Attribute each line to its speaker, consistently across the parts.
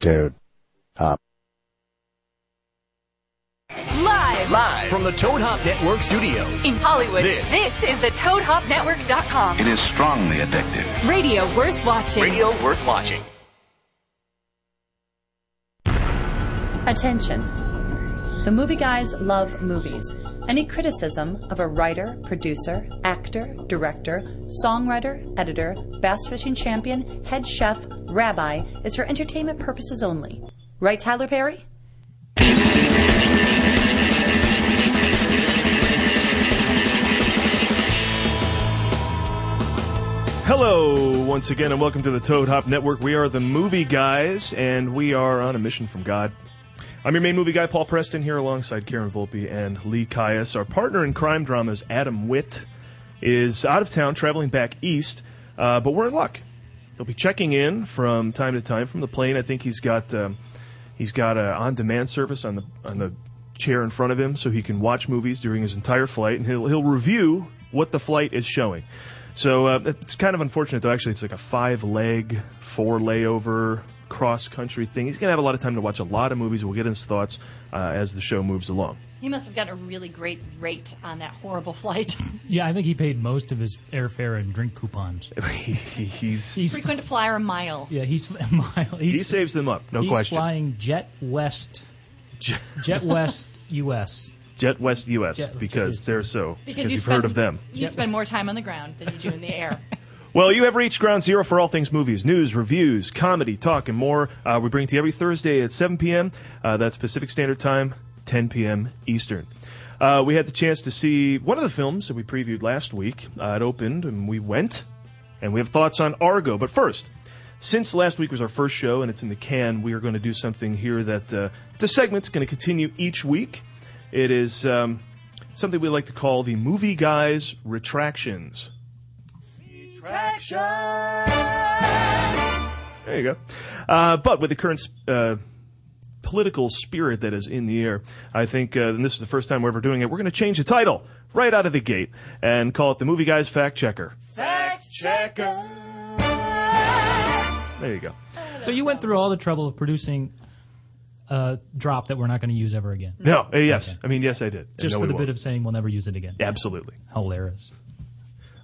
Speaker 1: Dude.
Speaker 2: Live
Speaker 3: Live from the Toad Hop Network studios.
Speaker 2: in Hollywood,
Speaker 3: This.
Speaker 2: is the ToadHopNetwork.com.
Speaker 4: It is strongly addictive.
Speaker 2: Radio worth watching.
Speaker 3: Radio worth watching.
Speaker 5: Attention. The movie guys love movies. Any criticism of a writer, producer, actor, director, songwriter, editor, bass fishing champion, head chef, rabbi is for entertainment purposes only. Right, Tyler Perry?
Speaker 6: Hello, once again, and welcome to the Toad Hop Network. We are the movie guys, and we are on a mission from God. I'm your main movie guy, Paul Preston, here alongside Karen Volpe and Lee Caius. Our partner in crime dramas, Adam Witt, is out of town traveling back east, uh, but we're in luck. He'll be checking in from time to time from the plane. I think he's got um, he's got a on-demand service on the on the chair in front of him, so he can watch movies during his entire flight, and he'll he'll review what the flight is showing. So uh, it's kind of unfortunate, though. Actually, it's like a five leg, four layover cross country thing. He's going to have a lot of time to watch a lot of movies. We'll get his thoughts uh, as the show moves along.
Speaker 7: He must have got a really great rate on that horrible flight.
Speaker 8: Yeah, I think he paid most of his airfare and drink coupons.
Speaker 6: he's,
Speaker 8: He's
Speaker 7: Frequent flyer a mile.
Speaker 8: yeah, he's he's,
Speaker 6: he saves them up, no
Speaker 8: he's
Speaker 6: question.
Speaker 8: flying Jet West,
Speaker 6: Jet-
Speaker 8: Jet West U.S.
Speaker 6: Jet West US
Speaker 8: Jet-
Speaker 6: because
Speaker 8: Jet-
Speaker 6: they're so because
Speaker 7: you
Speaker 6: you've
Speaker 7: spend,
Speaker 6: heard of them.
Speaker 7: You spend more time on the ground than you do in the air.
Speaker 6: Well, you have reached ground zero for all things movies, news, reviews, comedy, talk, and more. Uh, we bring it to you every Thursday at 7 p.m. Uh, that's Pacific Standard Time, 10 p.m. Eastern. Uh, we had the chance to see one of the films that we previewed last week. Uh, it opened, and we went, and we have thoughts on Argo. But first, since last week was our first show, and it's in the can, we are going to do something here that uh, it's a segment that's going to continue each week. It is um, something we like to call the Movie Guys Retractions. There you go. Uh, but with the current uh, political spirit that is in the air, I think, uh, and this is the first time we're ever doing it, we're going to change the title right out of the gate and call it the Movie Guys Fact Checker. Fact Checker. There you go.
Speaker 8: So you went through all the trouble of producing a drop that we're not going to use ever again,
Speaker 6: No, uh, yes. I mean, yes, I did. And
Speaker 8: just
Speaker 6: no,
Speaker 8: for
Speaker 6: we
Speaker 8: the
Speaker 6: won't.
Speaker 8: bit of saying we'll never use it again.
Speaker 6: Absolutely.
Speaker 8: Hilarious.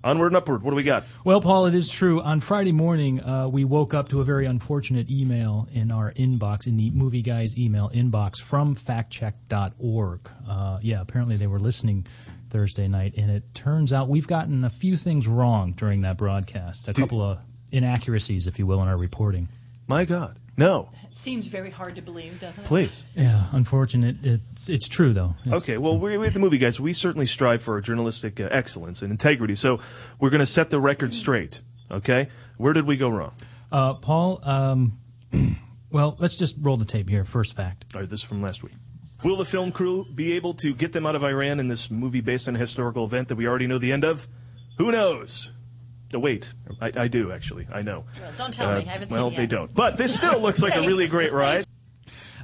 Speaker 6: Onward and upward. What do we got?
Speaker 8: Well, Paul, it is true. On Friday morning, uh, we woke up to a very unfortunate email in our inbox, in the Movie Guys email inbox from factcheck.org. Uh, yeah, apparently they were listening Thursday night, and it turns out we've gotten a few things wrong during that broadcast, a couple of inaccuracies, if you will, in our reporting.
Speaker 6: My God. No.
Speaker 7: It seems very hard to believe, doesn't it?
Speaker 6: Please.
Speaker 8: Yeah, unfortunate. It's, it's true, though. It's-
Speaker 6: Okay, well, we, we at the movie guys, we certainly strive for our journalistic uh, excellence and integrity. So we're going to set the record straight. Okay, where did we go wrong?
Speaker 8: Uh, Paul, um, well, let's just roll the tape here. First fact.
Speaker 6: All right, this is from last week. Will the film crew be able to get them out of Iran in this movie based on a historical event that we already know the end of? Who knows? Oh, wait, I, I do actually. I know.
Speaker 7: Don't tell me. I haven't
Speaker 6: well,
Speaker 7: seen it
Speaker 6: they
Speaker 7: yet.
Speaker 6: don't. But this still looks like a really
Speaker 7: Thanks.
Speaker 6: great ride.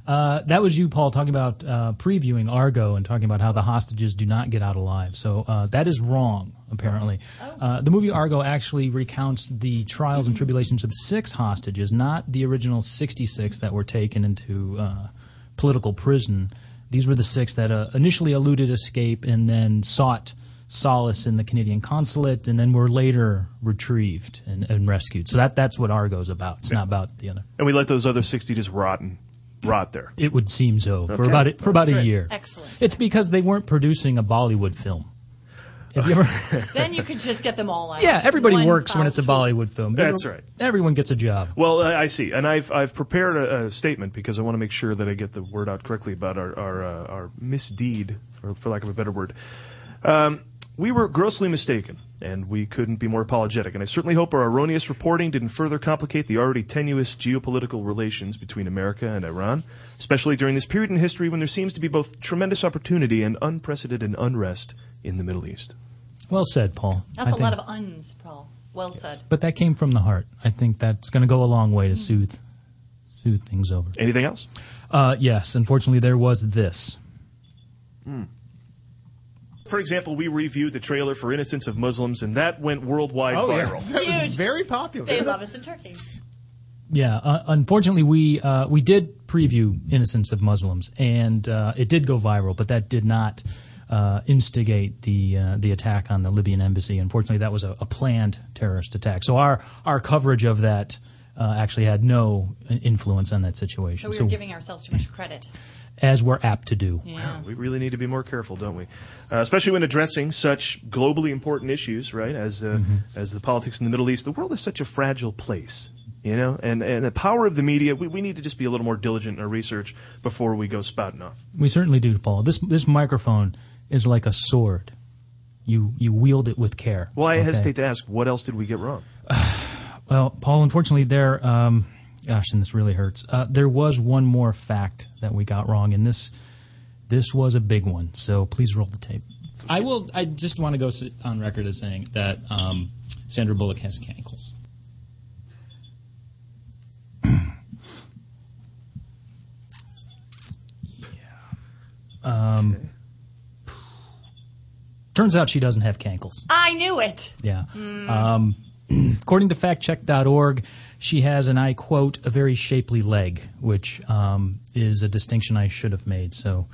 Speaker 8: Uh, that was you, Paul, talking about uh, previewing Argo and talking about how the hostages do not get out alive. So uh, that is wrong, apparently. Uh, the movie Argo actually recounts the trials and tribulations of six hostages, not the original 66 that were taken into uh, political prison. These were the six that uh, initially eluded escape and then sought solace in the Canadian consulate and then were later retrieved and, and rescued. So that, that's what Argo's about. It's not about the other.
Speaker 6: And we let those other 60 just rot and rot there.
Speaker 8: It would seem so for about it, for about a year.
Speaker 7: Excellent.
Speaker 8: It's because they weren't producing a Bollywood film. Have you ever?
Speaker 7: Then you could just get them all out.
Speaker 8: yeah, everybody
Speaker 7: One
Speaker 8: works when
Speaker 7: foul
Speaker 8: it's a
Speaker 7: swoop.
Speaker 8: Bollywood film.
Speaker 6: That's
Speaker 8: Everyone-
Speaker 6: right.
Speaker 8: Everyone gets a job.
Speaker 6: Well, I I see, and I've I've prepared a, a statement because I want to make sure that I get the word out correctly about our our, uh, our misdeed, or for lack of a better word. Um, we were grossly mistaken, and we couldn't be more apologetic. And I certainly hope our erroneous reporting didn't further complicate the already tenuous geopolitical relations between America and Iran, especially during this period in history when there seems to be both tremendous opportunity and unprecedented unrest in the Middle East.
Speaker 8: Well said, Paul.
Speaker 7: That's
Speaker 8: I
Speaker 7: a lot
Speaker 8: think.
Speaker 7: of uns, Paul. Well said.
Speaker 8: But that came from the heart. I think that's going to go a long
Speaker 7: Mm.
Speaker 8: way to soothe soothe things over.
Speaker 6: Anything else?
Speaker 8: Uh, yes, unfortunately, there was this.
Speaker 6: For example, we reviewed the trailer for Innocence
Speaker 9: Oh,
Speaker 6: of Muslims, and that went worldwide viral.
Speaker 10: Oh, That was
Speaker 7: Huge.
Speaker 10: very popular.
Speaker 7: They love us in Turkey.
Speaker 8: Yeah, uh, unfortunately, we uh, we did preview Innocence of Muslims, and uh, it did go viral, but that did not uh, instigate the uh, the attack on the Libyan embassy. Unfortunately, that was a, a planned terrorist attack. So our our coverage of that uh, actually had no i- influence on that
Speaker 7: So
Speaker 8: situation.
Speaker 7: we were giving ourselves too much credit.
Speaker 8: as we're apt to do.
Speaker 7: Yeah.
Speaker 6: We really need to be more careful, don't we? Uh, especially when addressing such globally important issues, right? As uh, as the politics in the Middle East, the world is such a fragile place, you know. And and the power of the media, we, we need to just be a little more diligent in our research before we go spouting off.
Speaker 8: We certainly do, Paul. This this microphone is like a sword. You you wield it with care.
Speaker 6: Well, I
Speaker 8: okay?
Speaker 6: hesitate to ask, what else did we get wrong?
Speaker 8: Well, Paul, unfortunately, there. Um, gosh, and this really hurts. Uh, there was one more fact that we got wrong, and this this was a big one. So please roll the tape.
Speaker 1: I will. I just want to go s- on record as saying that um, Sandra Bullock has cankles.
Speaker 8: Um, Turns out she doesn't have cankles.
Speaker 7: I knew it. Hmm.
Speaker 8: Yeah. Um, according to factcheck.org, she has, and I quote, a very shapely leg, which um, is a distinction I should have made. So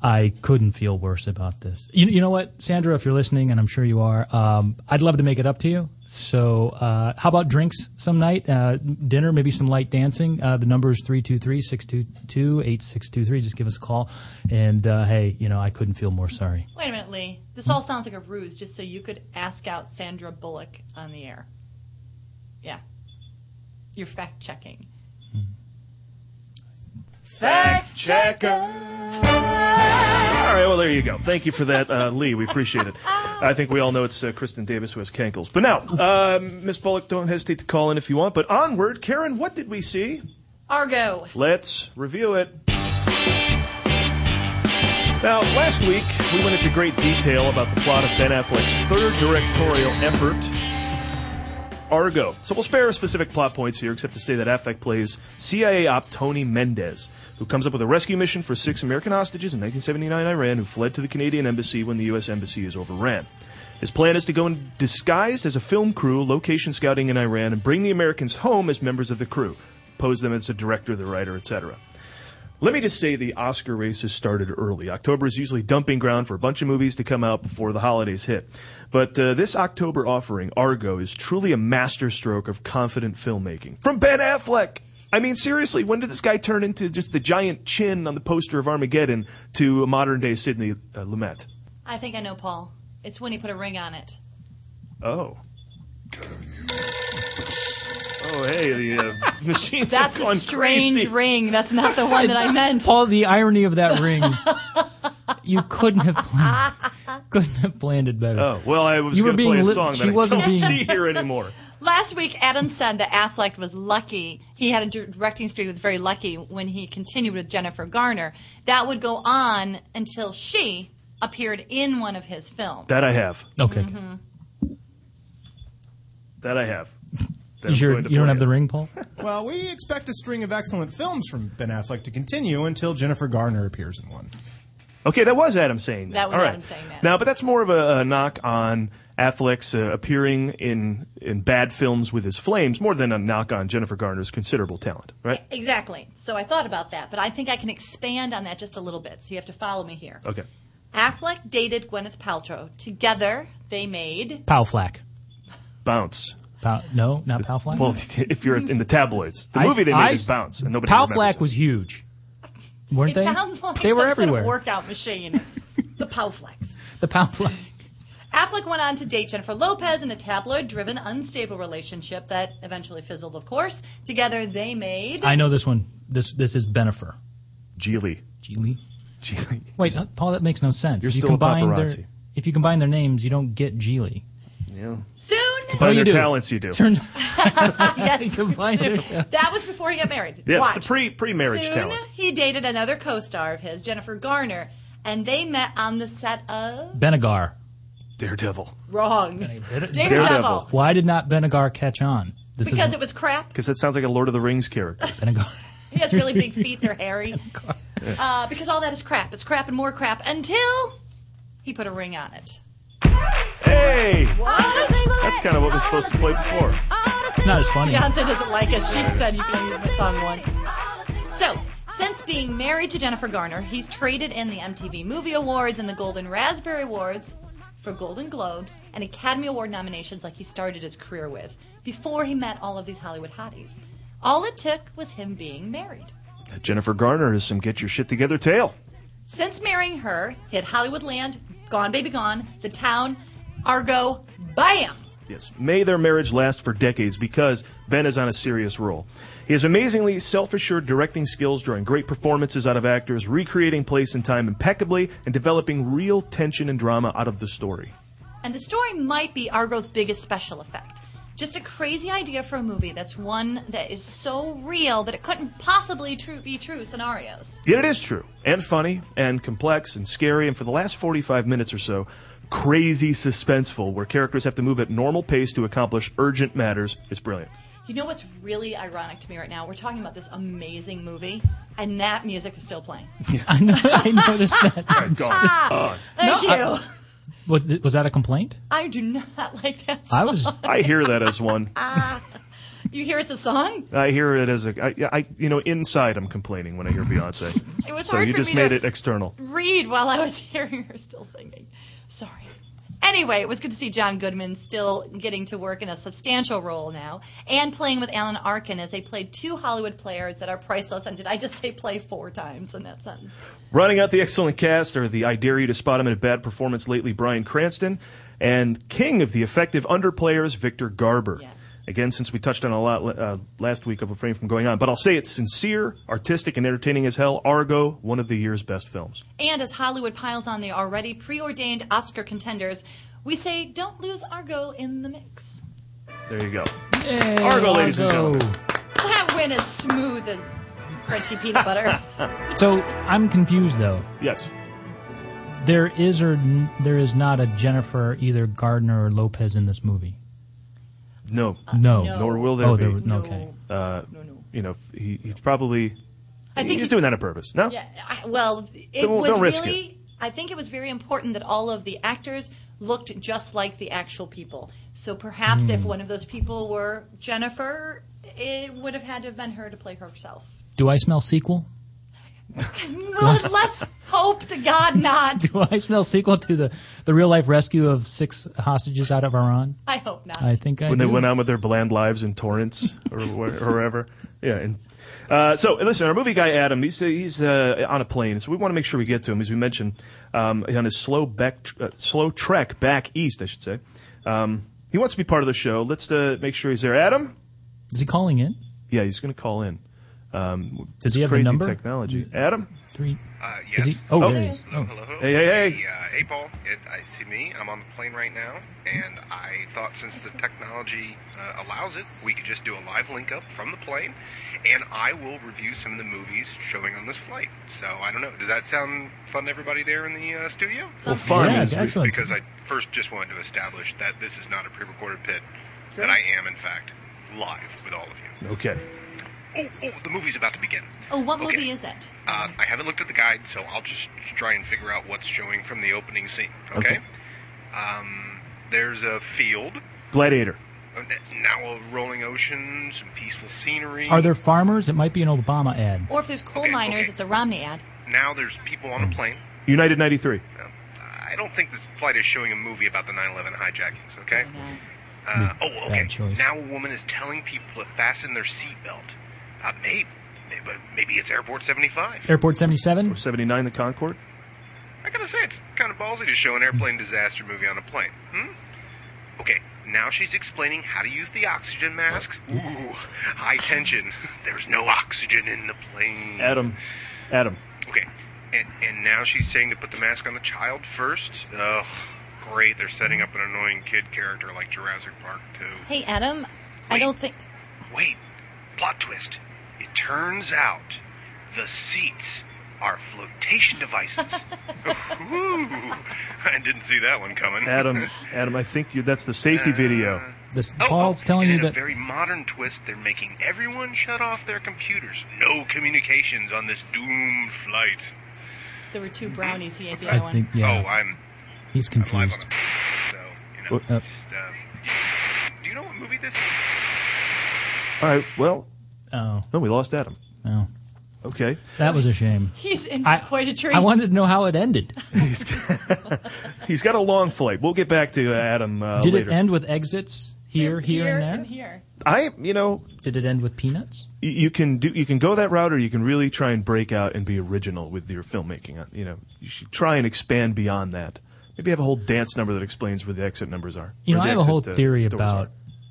Speaker 8: I couldn't feel worse about this. You, you know what, Sandra, if you're listening, and I'm sure you are, um, I'd love to make it up to you. So uh, how about drinks some night, uh, dinner, maybe some light dancing? Uh, the number is 323 622 8623. Just give us a call. And uh, hey, you know, I couldn't feel more sorry.
Speaker 7: Wait a minute, Lee. This all sounds like a ruse just so you could ask out Sandra Bullock on the air. Yeah. You're fact checking. Fact checker!
Speaker 6: All right, well, there you go. Thank you for that, uh, Lee. We appreciate it. I think we all know it's uh, Kristen Davis who has cankles. But now, uh, Miss Bullock, don't hesitate to call in if you want. But onward, Karen, what did we see?
Speaker 7: Argo.
Speaker 6: Let's review it. Now, last week, we went into great detail about the plot of Ben Affleck's third directorial effort, Argo. So we'll spare specific plot points here, except to say that Affleck plays CIA op Tony Mendez, who comes up with a rescue mission for six American hostages in 1979 Iran who fled to the Canadian embassy when the U.S. embassy is overran. His plan is to go in disguised as a film crew, location scouting in Iran, and bring the Americans home as members of the crew, pose them as the director, the writer, etc. Let me just say the Oscar race has started early. October is usually dumping ground for a bunch of movies to come out before the holidays hit. But uh, this October offering, Argo, is truly a masterstroke of confident filmmaking. From Ben Affleck! I mean, seriously, when did this guy turn into just the giant chin on the poster of Armageddon to modern day Sidney uh, Lumet?
Speaker 7: I think I know Paul. It's when he put a ring on it.
Speaker 6: Oh. Oh, hey, the uh, machines have
Speaker 7: That's a
Speaker 6: gone
Speaker 7: strange
Speaker 6: crazy.
Speaker 7: ring. That's not the one that I meant.
Speaker 8: Paul, the irony of that ring. you couldn't have planned, couldn't have planned it better.
Speaker 6: Oh, well, I was
Speaker 8: You were
Speaker 6: gonna
Speaker 8: being
Speaker 6: play a
Speaker 8: lit-
Speaker 6: song
Speaker 8: she
Speaker 6: that
Speaker 8: wasn't
Speaker 6: I don't
Speaker 8: being-
Speaker 6: see here anymore.
Speaker 7: Last week, Adam said that Affleck was lucky. He had a dir- directing streak with very lucky when he continued with Jennifer Garner. That would go on until she appeared in one of his films. Mm-hmm.
Speaker 6: That I have.
Speaker 8: Okay,
Speaker 6: That I have.
Speaker 8: you,
Speaker 6: That I'm
Speaker 8: sure
Speaker 6: going to
Speaker 8: you don't
Speaker 6: play
Speaker 8: have
Speaker 6: it.
Speaker 8: the ring, Paul?
Speaker 10: Well, we expect a string of excellent films from Ben Affleck to continue until Jennifer Garner appears in one.
Speaker 6: Okay, that was Adam saying that.
Speaker 7: That was
Speaker 6: All right.
Speaker 7: Adam saying that.
Speaker 6: Now, but that's more of a, a knock on Affleck's uh, appearing in in bad films with his flames, more than a knock on Jennifer Garner's considerable talent, right?
Speaker 7: Exactly. So I thought about that, but I think I can expand on that just a little bit. So you have to follow me here.
Speaker 6: Okay.
Speaker 7: Affleck dated Gwyneth Paltrow. Together, they made.
Speaker 8: Pow flack.
Speaker 6: Bounce.
Speaker 8: Pow, no, not pow flack.
Speaker 6: Well, if you're in the tabloids, the
Speaker 8: I-
Speaker 6: movie they made
Speaker 8: I-
Speaker 6: is Bounce, and nobody
Speaker 8: Pow
Speaker 6: remembers
Speaker 8: flack
Speaker 6: it.
Speaker 8: was huge, weren't
Speaker 7: It
Speaker 8: they?
Speaker 7: sounds like
Speaker 8: they were
Speaker 7: some sort of
Speaker 8: everywhere.
Speaker 7: workout machine. the Powflex.
Speaker 8: The pow flack.
Speaker 7: Affleck went on to date Jennifer Lopez in a tabloid driven, unstable relationship that eventually fizzled, of course. Together, they made.
Speaker 8: I know this one. This this is Benifer.
Speaker 6: Geely.
Speaker 8: Geely.
Speaker 6: Geely.
Speaker 8: Wait, uh, Paul, that makes no sense.
Speaker 6: You're
Speaker 8: if you
Speaker 6: still a
Speaker 8: combine
Speaker 6: paparazzi.
Speaker 8: their if you combine their names, you don't get Geely.
Speaker 7: Soon!
Speaker 6: By
Speaker 8: you
Speaker 6: their
Speaker 8: do.
Speaker 6: talents, you do.
Speaker 8: Turns
Speaker 7: yes,
Speaker 8: combine their-
Speaker 7: soon. That was before he got married.
Speaker 6: Yeah, it's
Speaker 7: Watch.
Speaker 6: the pre- pre-marriage
Speaker 7: Soon,
Speaker 6: talent.
Speaker 7: he dated another co star of his, Jennifer Garner, and they met on the set of.
Speaker 8: Benegar.
Speaker 6: Daredevil.
Speaker 7: Wrong.
Speaker 6: Daredevil.
Speaker 7: Daredevil.
Speaker 8: Why did not Benegar catch on? This
Speaker 7: Because
Speaker 8: is
Speaker 7: it was crap.
Speaker 6: Because that sounds like a Lord of the Rings character.
Speaker 8: Benegar.
Speaker 7: He has really big feet. They're hairy. Uh, because all that is crap. It's crap and more crap until he put a ring on it.
Speaker 6: hey!
Speaker 7: What?
Speaker 6: That's kind of what was supposed to play before.
Speaker 8: It's not as funny.
Speaker 7: Beyonce doesn't like us. She said you can only use my song once. So, since being married to Jennifer Garner, he's traded in the MTV Movie Awards and the Golden Raspberry Awards for Golden Globes and Academy Award nominations like he started his career with before he met all of these Hollywood hotties. All it took was him being married.
Speaker 6: Jennifer Garner is some get your shit together tale.
Speaker 7: Since marrying her, he had Hollywood Land, Gone Baby Gone, The Town, Argo, BAM!
Speaker 6: Yes. May their marriage last for decades because Ben is on a serious roll. He has amazingly self assured directing skills, drawing great performances out of actors, recreating place and time impeccably, and developing real tension and drama out of the story.
Speaker 7: And the story might be Argo's biggest special effect. Just a crazy idea for a movie that's one that is so real that it couldn't possibly tru- be true scenarios.
Speaker 6: Yet it is true, and funny, and complex, and scary, and for the last 45 minutes or so, crazy suspenseful, where characters have to move at normal pace to accomplish urgent matters. It's brilliant.
Speaker 7: You know what's really ironic to me right now? We're talking about this amazing movie, and that music is still playing. Ah,
Speaker 8: I, know, I noticed that.
Speaker 7: Thank you.
Speaker 8: No,
Speaker 7: I,
Speaker 8: What, was that a complaint?
Speaker 7: do not like that song. Ah.
Speaker 8: I was.
Speaker 6: I hear that as one.
Speaker 7: You hear it's a song?
Speaker 6: I hear it as a, I, I, you know, inside I'm complaining when I hear Beyonce.
Speaker 7: It was
Speaker 6: so
Speaker 7: hard
Speaker 6: you
Speaker 7: for
Speaker 6: just
Speaker 7: me
Speaker 6: made
Speaker 7: to
Speaker 6: it external.
Speaker 7: read while I was hearing her still singing. Sorry. Anyway, it was good to see John Goodman still getting to work in a substantial role now and playing with Alan Arkin as they played two Hollywood players that are priceless. And did I just say play four times in that sentence?
Speaker 6: Running out the excellent cast are the I dare you to spot him in a bad performance lately, Brian Cranston, and king of the effective underplayers, Victor Garber.
Speaker 7: Yes.
Speaker 6: Again, since we touched on a lot uh, last week, I'll refrain from going on, but I'll say it's sincere, artistic, and entertaining as hell. Argo, one of the year's best films.
Speaker 7: And as Hollywood piles on the already preordained Oscar contenders, we say don't lose Argo in the mix.
Speaker 6: There you go. Argo, ladies and
Speaker 8: Argo.
Speaker 6: gentlemen.
Speaker 7: That went as smooth as crunchy peanut butter.
Speaker 8: So I'm confused though.
Speaker 6: Yes.
Speaker 8: There is or n- there is not a Jennifer either Gardner or Lopez in this movie.
Speaker 6: No.
Speaker 8: Uh, No.
Speaker 7: No.
Speaker 6: Nor will there
Speaker 8: Oh,
Speaker 6: be.
Speaker 8: there- no. Okay.
Speaker 6: Uh,
Speaker 7: no, no.
Speaker 6: You know, he, he's probably.
Speaker 7: I think
Speaker 6: he's,
Speaker 7: he's-
Speaker 6: doing that on purpose. No.
Speaker 7: Yeah, I, well, it
Speaker 6: Don't-
Speaker 7: was
Speaker 6: don't risk
Speaker 7: really. I think it was very important that all of the actors looked just like the actual people. So perhaps if
Speaker 6: Hmm.
Speaker 7: one of those people were Jennifer, it would have had to have been her to play herself.
Speaker 8: Do I smell sequel?
Speaker 7: Well, let's hope to God not.
Speaker 8: Do I smell sequel to the the real life rescue of six hostages out of Iran?
Speaker 7: I hope not.
Speaker 8: I think I
Speaker 6: when they
Speaker 8: do.
Speaker 6: went on with their bland lives in Torrance or wh- or wherever. Yeah. And, uh, so listen, our movie guy Adam, he's he's uh, on a plane, so we want to make sure we get to him, as we mentioned, um, on his slow back uh, slow trek back east, I should say. Um, he wants to be part of the show. Let's uh, make sure he's there. Adam,
Speaker 8: Is he calling in?
Speaker 6: yeah, he's going to call in. Um,
Speaker 8: Does he have the
Speaker 6: crazy
Speaker 8: number?
Speaker 6: technology? Adam,
Speaker 8: Three.
Speaker 11: Uh, yes.
Speaker 8: Is he? Oh,
Speaker 6: Oh.
Speaker 8: there he is.
Speaker 11: Hello,
Speaker 8: Oh.
Speaker 11: hello, hello.
Speaker 6: Hey, hey, hey.
Speaker 11: uh, eight ball. It, I see me. I'm on the plane right now, and I thought since the technology uh, allows it, we could just do a live link up from the plane, and I will review some of the movies showing on this flight. So I don't know. Does that sound fun to everybody there in the uh, studio?
Speaker 6: well, fun.
Speaker 8: Yeah,
Speaker 6: is-
Speaker 8: excellent.
Speaker 11: Because I first just wanted to establish that this is not a pre-recorded pit. That I am in fact live with all of you.
Speaker 6: Okay.
Speaker 11: Oh, oh, the movie's about to begin.
Speaker 7: oh, what
Speaker 11: Okay.
Speaker 7: movie is it?
Speaker 11: Uh, I haven't looked at the guide, so I'll just try and figure out what's showing from the opening scene. Okay.
Speaker 6: Okay.
Speaker 11: Um, there's a field,
Speaker 6: Gladiator.
Speaker 11: uh, now a rolling ocean, some peaceful scenery.
Speaker 8: Are there farmers? It might be an Obama ad.
Speaker 7: Or if there's coal
Speaker 11: Okay,
Speaker 7: miners,
Speaker 11: okay.
Speaker 7: it's a Romney ad.
Speaker 11: Now there's people on a plane.
Speaker 6: United ninety three.
Speaker 11: Um, I don't think this flight is showing a movie about the 9/11 hijackings. Okay.
Speaker 7: Oh,
Speaker 11: Uh, oh, okay.
Speaker 8: Hmm. Bad choice.
Speaker 11: Now a woman is telling people to fasten their seatbelt. Uh, maybe, maybe, maybe it's Airport 75.
Speaker 8: Airport 77?
Speaker 6: Seventy nine. The Concorde.
Speaker 11: I gotta say, it's kind of ballsy to show an airplane disaster movie on a plane. Hmm? Okay, now she's explaining how to use the oxygen masks. Ooh, high tension. There's no oxygen in the plane.
Speaker 6: Adam. Adam.
Speaker 11: Okay, and, and now she's saying to put the mask on the child first. Ugh, great, they're setting up an annoying kid character like Jurassic Park 2.
Speaker 7: Hey, Adam, I
Speaker 11: Wait.
Speaker 7: don't think.
Speaker 11: Wait, plot twist. It turns out the seats are flotation devices. Ooh, I didn't see that one coming.
Speaker 6: Adam. Adam. I think you, that's the safety video.
Speaker 8: This,
Speaker 11: Uh, Oh,
Speaker 8: Paul's
Speaker 11: oh, and
Speaker 8: telling you
Speaker 11: in
Speaker 8: that.
Speaker 11: a very modern twist, they're making everyone shut off their computers. No communications on this doomed flight.
Speaker 7: There were two brownies. He ate the
Speaker 8: I
Speaker 7: other
Speaker 8: think,
Speaker 7: one.
Speaker 8: yeah,
Speaker 11: Oh, I'm,
Speaker 8: he's
Speaker 11: I'm live on
Speaker 8: confused.
Speaker 11: a so you know.
Speaker 8: Uh,
Speaker 11: just, um, do you know what movie this is?
Speaker 6: All right. Well,
Speaker 8: Oh,
Speaker 6: no, we lost Adam.
Speaker 8: no.
Speaker 6: Okay.
Speaker 8: That was a shame.
Speaker 7: He's in
Speaker 8: I,
Speaker 7: quite a treat.
Speaker 8: I wanted to know how it ended.
Speaker 6: He's got a long flight. We'll get back to uh, Adam uh,
Speaker 8: Did
Speaker 6: later.
Speaker 8: it end with exits here, here, and there?
Speaker 7: here.
Speaker 6: I, you know,
Speaker 8: Did it end with peanuts?
Speaker 6: y- you can do you can go that route or you can really try and break out and be original with your filmmaking. Uh, You know, you should try and expand beyond that. Maybe have a whole dance number that explains where the exit numbers are.
Speaker 8: You
Speaker 6: or
Speaker 8: know, I
Speaker 6: the
Speaker 8: have a whole
Speaker 6: exit, uh,
Speaker 8: theory
Speaker 6: doors
Speaker 8: about
Speaker 6: are.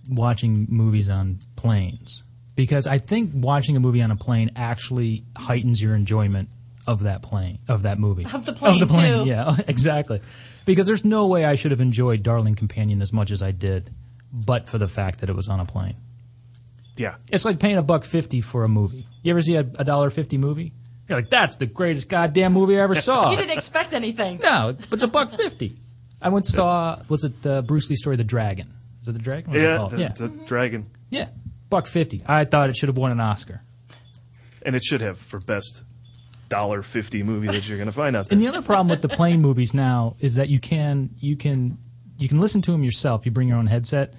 Speaker 8: watching movies on planes because I think watching a movie on a plane actually heightens your enjoyment of that plane of that movie
Speaker 7: Of the plane,
Speaker 8: of the plane.
Speaker 7: too.
Speaker 8: Yeah, exactly. Because there's no way I should have enjoyed Darling Companion as much as I did, but for the fact that it was on a plane.
Speaker 6: Yeah.
Speaker 8: It's like paying a buck fifty for a movie. You ever see a, a dollar fifty movie? You're like, that's the greatest goddamn movie I ever saw.
Speaker 7: You didn't expect anything.
Speaker 8: No, but it's a buck fifty. I once saw was it the Bruce Lee story, The Dragon? Is it the Dragon? What was it
Speaker 6: Yeah,
Speaker 8: called?
Speaker 6: the,
Speaker 8: yeah,
Speaker 6: the dragon.
Speaker 8: yeah, buck fifty. I thought it should have won an Oscar.
Speaker 6: And it should have for best dollar fifty movie that you're gonna find out there.
Speaker 8: And the other problem with the plane movies now is that you can you can you can listen to them yourself. You bring your own headset.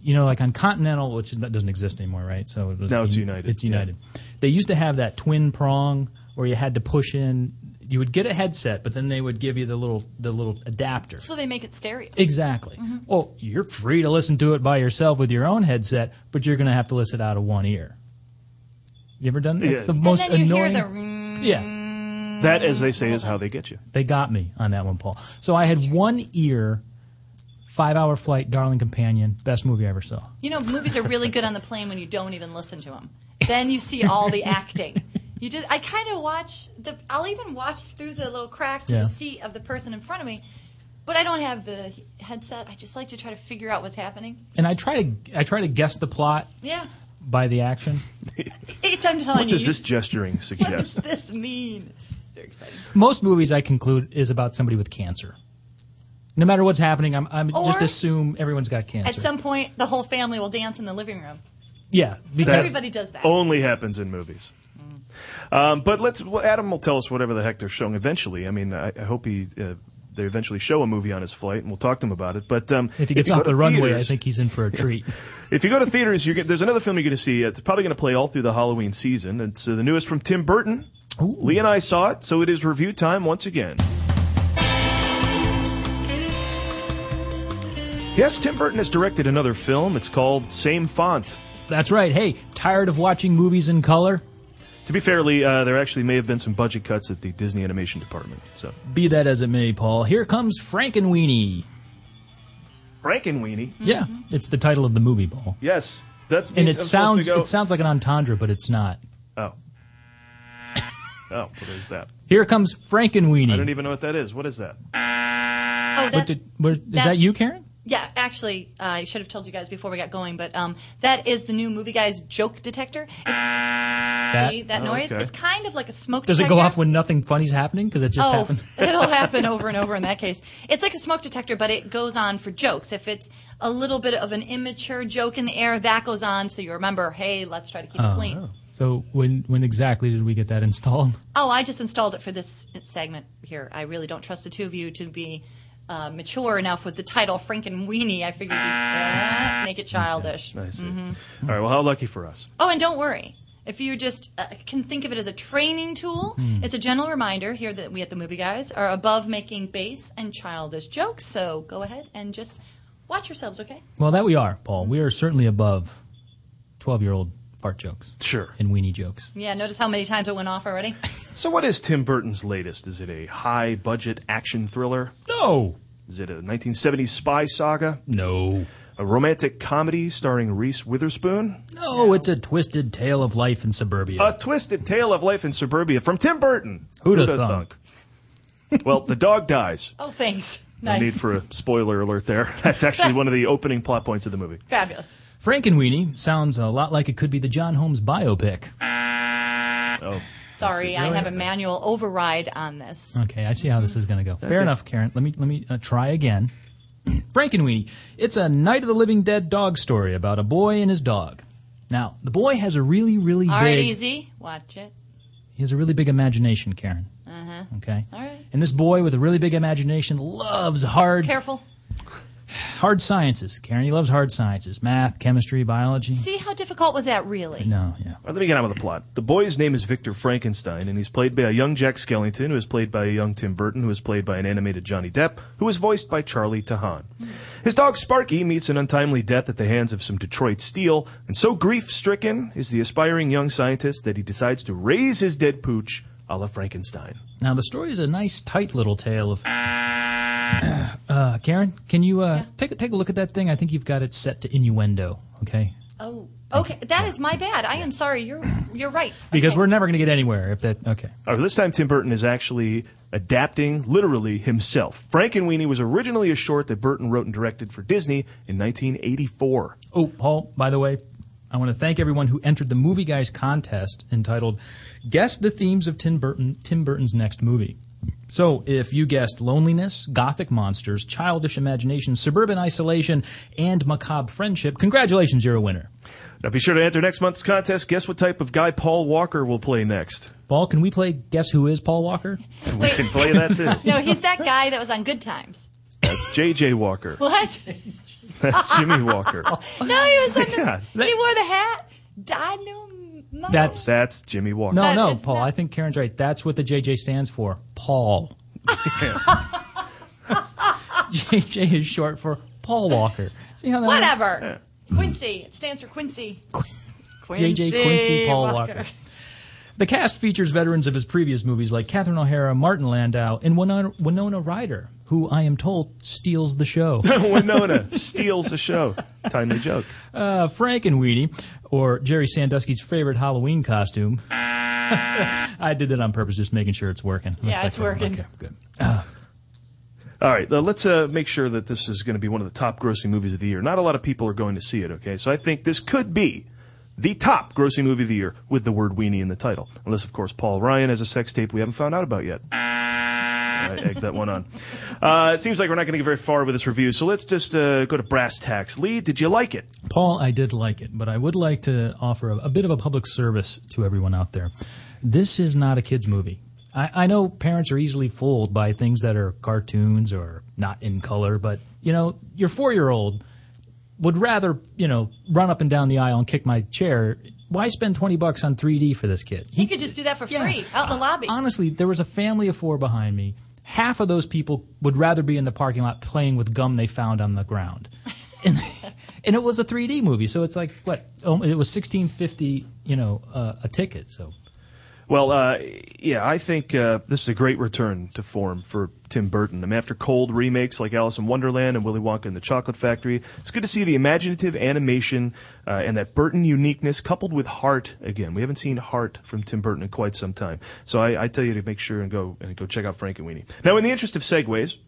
Speaker 8: You know, like on Continental, which that doesn't exist anymore, right? So it was,
Speaker 6: Now it's United,
Speaker 8: It's
Speaker 6: yeah.
Speaker 8: United. They used to have that twin prong where you had to push in. You would get a headset, but then they would give you the little the little adapter.
Speaker 7: So they make it stereo.
Speaker 8: Exactly.
Speaker 7: Mm-hmm.
Speaker 8: Well, you're free to listen to it by yourself with your own headset, but you're going to have to listen out of one ear. You ever done that? It's
Speaker 6: Yeah.
Speaker 8: the
Speaker 6: And
Speaker 8: most
Speaker 7: and then you
Speaker 8: annoying.
Speaker 7: hear the ring.
Speaker 8: yeah,
Speaker 6: That, as they say, is how they get you.
Speaker 8: they got me on that one, Paul. So I had one ear, five hour flight, Darling Companion, best movie I ever saw.
Speaker 7: You know, movies are really good on the plane when you don't even listen to them. Then you see all the acting. You just, I kind of watch the. I'll even watch through the little crack to
Speaker 8: Yeah.
Speaker 7: the seat of the person in front of me, but I don't have the headset. I just like to try to figure out what's happening.
Speaker 8: And I try to I try to guess the plot
Speaker 7: Yeah,
Speaker 8: by the action.
Speaker 7: it's. I'm telling
Speaker 6: What does
Speaker 7: you.
Speaker 6: this gesturing
Speaker 7: what does
Speaker 6: suggest?
Speaker 7: this mean? They're excited.
Speaker 8: Most movies I conclude is about somebody with cancer. No matter what's happening, I'm, I'm just
Speaker 7: Or-
Speaker 8: assume everyone's got cancer.
Speaker 7: At some point, the whole family will dance in the living room.
Speaker 8: yeah, because
Speaker 7: Everybody does that.
Speaker 6: only happens in movies. Um, but let's. Well, Adam will tell us whatever the heck they're showing eventually. I mean, I, I hope he. Uh, they eventually show a movie on his flight, and we'll talk to him about it. But um,
Speaker 8: if he gets
Speaker 6: you go
Speaker 8: off
Speaker 6: to
Speaker 8: the runway, I
Speaker 6: theaters-
Speaker 8: think he's in for a treat.
Speaker 6: If you go to theaters, you're, get- there's another film you're going to see. It's probably going to play all through the Halloween season. It's uh, the newest from Tim Burton. Lee and I saw it, so it is review time once again. Yes, Tim Burton has directed another film. It's called Same Font.
Speaker 8: That's right. Hey, tired of watching movies in color?
Speaker 6: To be fairly, uh, there actually may have been some budget cuts at the Disney Animation Department. So,
Speaker 8: Be that as it may, Paul, here comes Frankenweenie.
Speaker 6: Frankenweenie.
Speaker 8: Yeah, it's the title of the movie, Paul.
Speaker 6: Yes, that's
Speaker 8: And
Speaker 6: means
Speaker 8: it
Speaker 6: I'm supposed
Speaker 8: sounds
Speaker 6: to go-
Speaker 8: it sounds like an entendre, but it's not.
Speaker 6: Oh, oh, what is that?
Speaker 8: Here comes Frankenweenie.
Speaker 6: I don't even know what that is. What is that?
Speaker 7: Oh,
Speaker 8: What
Speaker 7: that,
Speaker 8: did- what- is that
Speaker 7: that's-
Speaker 8: you, Karen?
Speaker 7: Yeah, actually, uh, I should have told you guys before we got going, but um, that is the new movie guy's joke detector. It's
Speaker 8: That-
Speaker 7: see that
Speaker 6: Oh,
Speaker 7: noise.
Speaker 6: okay.
Speaker 7: It's kind of like a smoke.
Speaker 8: Does it
Speaker 7: detector.
Speaker 8: go off when nothing funny's happening? Because it just
Speaker 7: Oh,
Speaker 8: happened.
Speaker 7: it'll happen over and over in that case. It's like a smoke detector, but it goes on for jokes. If it's a little bit of an immature joke in the air, that goes on, so you remember, hey, let's try to keep it clean.
Speaker 8: Oh. So when when exactly did we get that installed?
Speaker 7: Oh, I just installed it for this segment here. I really don't trust the two of you to be uh, mature enough with the title Frankenweenie. I figured you'd uh, make it childish. Mm-hmm.
Speaker 6: I see. All right. Well, how lucky for us.
Speaker 7: Oh, and don't worry. If you just uh, can think of it as a training tool, it's a gentle reminder here that we at the Movie Guys are above making base and childish jokes. So go ahead and just watch yourselves, okay?
Speaker 8: Well, that we are, Paul. We are certainly above twelve year old fart jokes.
Speaker 6: Sure.
Speaker 8: And weenie jokes.
Speaker 7: Yeah, notice how many times it went off already?
Speaker 6: So, what is Tim Burton's latest? Is it a high-budget action thriller?
Speaker 8: No.
Speaker 6: Is it a 1970s spy saga?
Speaker 8: No.
Speaker 6: A romantic comedy starring Reese Witherspoon?
Speaker 8: No, it's a twisted tale of life in suburbia.
Speaker 6: A twisted tale of life in suburbia from Tim Burton.
Speaker 8: Who'da
Speaker 6: Who'da
Speaker 8: thunk?
Speaker 6: thunk? well, the dog dies.
Speaker 7: Oh, thanks.
Speaker 6: No need
Speaker 7: Nice.
Speaker 6: for a spoiler alert there. That's actually one of the opening plot points of the movie.
Speaker 7: Fabulous.
Speaker 8: Frankenweenie sounds a lot like it could be the John Holmes biopic.
Speaker 6: Oh,
Speaker 7: Sorry, I have a manual override on this.
Speaker 8: Okay, I see how this is going to go. Fair enough, Karen. Let me let me uh, try again. Frankenweenie. It's a Night of the Living Dead dog story about a boy and his dog. Now, the boy has a really really
Speaker 7: All right,
Speaker 8: big
Speaker 7: easy. Watch it.
Speaker 8: he has a really big imagination, Karen. Uh-huh. Okay.
Speaker 7: All right.
Speaker 8: And this boy with a really big imagination loves hard
Speaker 7: Careful.
Speaker 8: Hard sciences, Karen. He loves hard sciences, math, chemistry, biology.
Speaker 7: See how difficult was that really?
Speaker 8: No, yeah.
Speaker 6: All right, let me get on with the plot. The boy's name is Victor Frankenstein, and he's played by a young Jack Skellington, who is played by a young Tim Burton, who is played by an animated Johnny Depp, who is voiced by Charlie Tahan. His dog Sparky meets an untimely death at the hands of some Detroit steel, and so grief stricken is the aspiring young scientist that he decides to raise his dead pooch a la Frankenstein.
Speaker 8: Now the story is a nice, tight little tale of. uh, Karen, can you uh, take a- take a look at that thing? I think you've got it set to innuendo. Okay.
Speaker 7: Oh, okay. That is my bad. I am sorry. You're you're right.
Speaker 8: Because
Speaker 7: Okay.
Speaker 8: we're never going to get anywhere if that. Okay.
Speaker 6: All right, this time Tim Burton is actually adapting literally himself. Frank and Weenie was originally a short that Burton wrote and directed for Disney in 1984.
Speaker 8: Oh, Paul, by the way, I want to thank everyone who entered the Movie Guys contest entitled Guess the Themes of Tim Burton Tim Burton's Next Movie. So, if you guessed loneliness, gothic monsters, childish imagination, suburban isolation, and macabre friendship, congratulations, you're a winner.
Speaker 6: Now be sure to enter next month's contest. Guess what type of guy Paul Walker will play next?
Speaker 8: Paul, can we play Guess Who Is Paul Walker?
Speaker 6: We can play that too.
Speaker 7: No, he's that guy that was on Good Times.
Speaker 6: That's JJ Walker.
Speaker 7: What?
Speaker 6: That's Jimmy Walker.
Speaker 7: No, he was on the.
Speaker 6: God.
Speaker 7: He wore the hat. Dynamite.
Speaker 8: That's
Speaker 6: That's Jimmy Walker.
Speaker 8: no,
Speaker 7: That
Speaker 8: no,
Speaker 7: is
Speaker 8: Paul.
Speaker 7: not-
Speaker 8: I think Karen's right. That's what the JJ stands for. Paul. JJ is short for Paul Walker. See how that works?
Speaker 7: whatever. Quincy. It stands for Quincy.
Speaker 8: J.J. Quincy Paul Walker. The cast features veterans of his previous movies like Catherine O'Hara, Martin Landau, and Winona, Winona Ryder, who I am told steals the show.
Speaker 6: Winona steals the show. Timely joke.
Speaker 8: uh, Frank and Weenie, or Jerry Sandusky's favorite Halloween costume. I did that on purpose, just making sure it's working.
Speaker 7: Yeah,
Speaker 8: Looks
Speaker 7: it's working.
Speaker 8: Okay, good.
Speaker 6: All right, uh, let's uh, make sure that this is going to be one of the top grossing movies of the year. Not a lot of people are going to see it, okay? So I think this could be the top grossing movie of the year with the word weenie in the title. Unless, of course, Paul Ryan has a sex tape we haven't found out about yet. I egged that one on. Uh, it seems like we're not going to get very far with this review, so let's just uh, go to brass tacks. Lee, did you like it?
Speaker 8: Paul, I did like it, but I would like to offer a, a bit of a public service to everyone out there. This is not a kids' movie. I, I know parents are easily fooled by things that are cartoons or not in color, but you know, your four-year-old would rather you know run up and down the aisle and kick my chair. Why spend twenty bucks on 3D for this kid?
Speaker 7: He could just do that for free out in the lobby.
Speaker 8: Honestly, there was a family of four behind me. Half of those people would rather be in the parking lot playing with gum they found on the ground. And, and it was a 3D movie, so it's like what? Oh, it was 1650, you know, uh, a ticket. So
Speaker 6: Well, uh, yeah, I think uh, this is a great return to form for Tim Burton. I mean, after cold remakes like Alice in Wonderland and Willy Wonka and the Chocolate Factory, it's good to see the imaginative animation uh, and that Burton uniqueness coupled with heart again. We haven't seen heart from Tim Burton in quite some time, so I, I tell you to make sure and go and go check out Frank and Weenie. Now, in the interest of segues,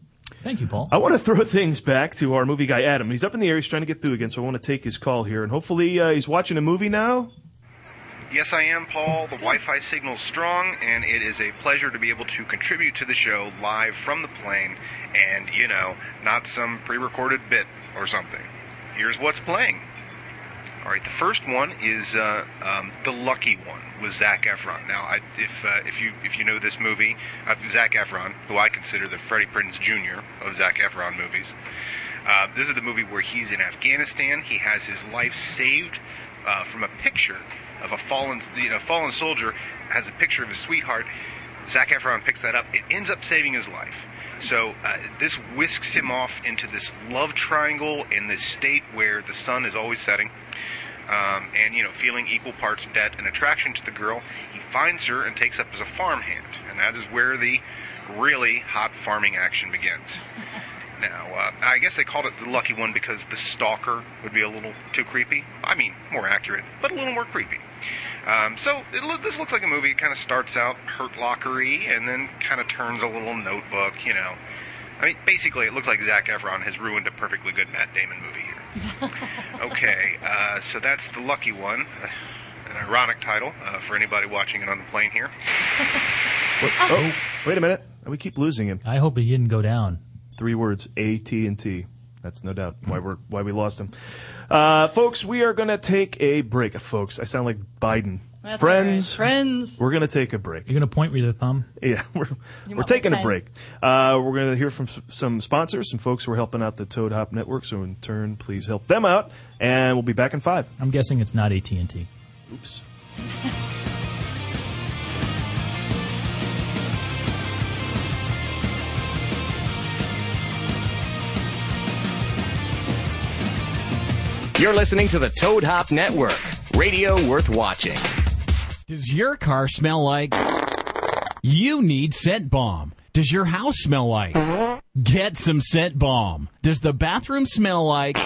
Speaker 8: thank you, Paul.
Speaker 6: I want to throw things back to our movie guy Adam. He's up in the air, he's trying to get through again, so I want to take his call here, and hopefully uh, he's watching a movie now.
Speaker 11: Yes, I am, Paul. The Wi Fi signal's strong, and it is a pleasure to be able to contribute to the show live from the plane and, you know, not some pre recorded bit or something. Here's what's playing. All right, the first one is uh, um, the lucky one with Zach Efron. Now, I, if uh, if you if you know this movie, uh, Zach Efron, who I consider the Freddie Prinze Jr. of Zach Efron movies, uh, this is the movie where he's in Afghanistan. He has his life saved uh, from a picture of a fallen you know fallen soldier has a picture of his sweetheart. Zach Efron picks that up. It ends up saving his life. So uh, this whisks him off into this love triangle in this state where the sun is always setting um, and you know feeling equal parts debt and attraction to the girl he finds her and takes up as a farmhand and that is where the really hot farming action begins now uh, i guess they called it the lucky one because the stalker would be a little too creepy i mean more accurate but a little more creepy um, so it, lo- this looks like a movie it kind of starts out hurt lockery and then kind of turns a little notebook you know i mean basically it looks like zach efron has ruined a perfectly good matt damon movie here okay, uh, so that's the lucky one. An ironic title uh, for anybody watching it on the plane here.
Speaker 6: What-
Speaker 7: Ah.
Speaker 6: oh, wait a minute, we keep losing him.
Speaker 8: I hope he didn't go down.
Speaker 6: three words AT and T. That's no doubt why we're Uh, why we lost him. Uh, folks, we are going to take a break. Folks, I sound like Biden.
Speaker 7: That's all right.
Speaker 6: friends.
Speaker 7: Friends.
Speaker 6: We're gonna take a break.
Speaker 8: You're going to point with your thumb?
Speaker 6: Yeah, we're, we're
Speaker 7: want
Speaker 6: taking
Speaker 7: my
Speaker 6: a
Speaker 7: pen?
Speaker 6: break. Uh, we're going to hear from s- some sponsors, some folks who are helping out the Toad Hop Network. So in turn, please help them out, and we'll be back in five.
Speaker 8: I'm guessing it's not AT&T.
Speaker 6: Oops.
Speaker 3: You're listening to the Toad Hop Network, radio worth watching.
Speaker 12: Does your car smell like? You need scent bomb. Does your house smell like? Get some scent bomb. Does the bathroom smell like?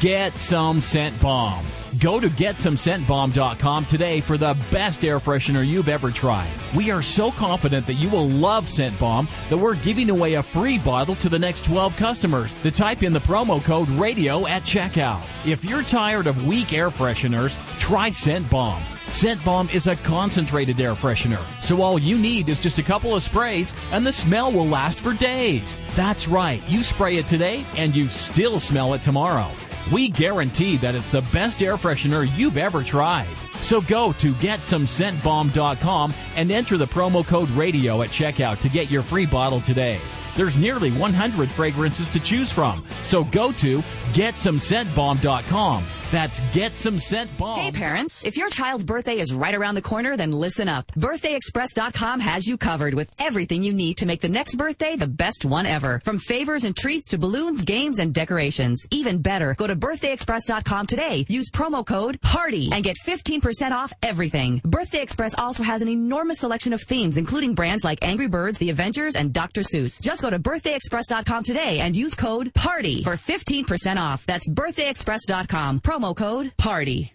Speaker 12: Get some scent bomb. Go to getsomescentbomb.com today for the best air freshener you've ever tried. We are so confident that you will love Scent Bomb that we're giving away a free bottle to the next 12 customers that type in the promo code radio at checkout. If you're tired of weak air fresheners, try Scent Bomb. Scent Bomb is a concentrated air freshener, so all you need is just a couple of sprays and the smell will last for days. That's right, you spray it today and you still smell it tomorrow. We guarantee that it's the best air freshener you've ever tried. So go to getsomescentbomb.com and enter the promo code radio at checkout to get your free bottle today. There's nearly 100 fragrances to choose from. So go to getsomescentbomb.com. That's getsomescentbomb.
Speaker 13: Hey parents, if your child's birthday is right around the corner, then listen up. BirthdayExpress.com has you covered with everything you need to make the next birthday the best one ever. From favors and treats to balloons, games, and decorations. Even better, go to BirthdayExpress.com today. Use promo code HARDY and get 15% off everything. Birthday Express also has an enormous selection of themes, including brands like Angry Birds, The Avengers, and Dr. Seuss. Just go to BirthdayExpress.com today and use code HARDY for 15% off. That's BirthdayExpress.com. Promo code HARDY.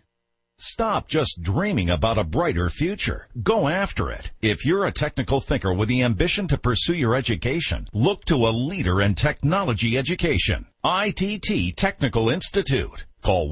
Speaker 14: Stop just dreaming about a brighter future. Go after it. If you're a technical thinker with the ambition to pursue your education, look to a leader in technology education. ITT Technical Institute. Call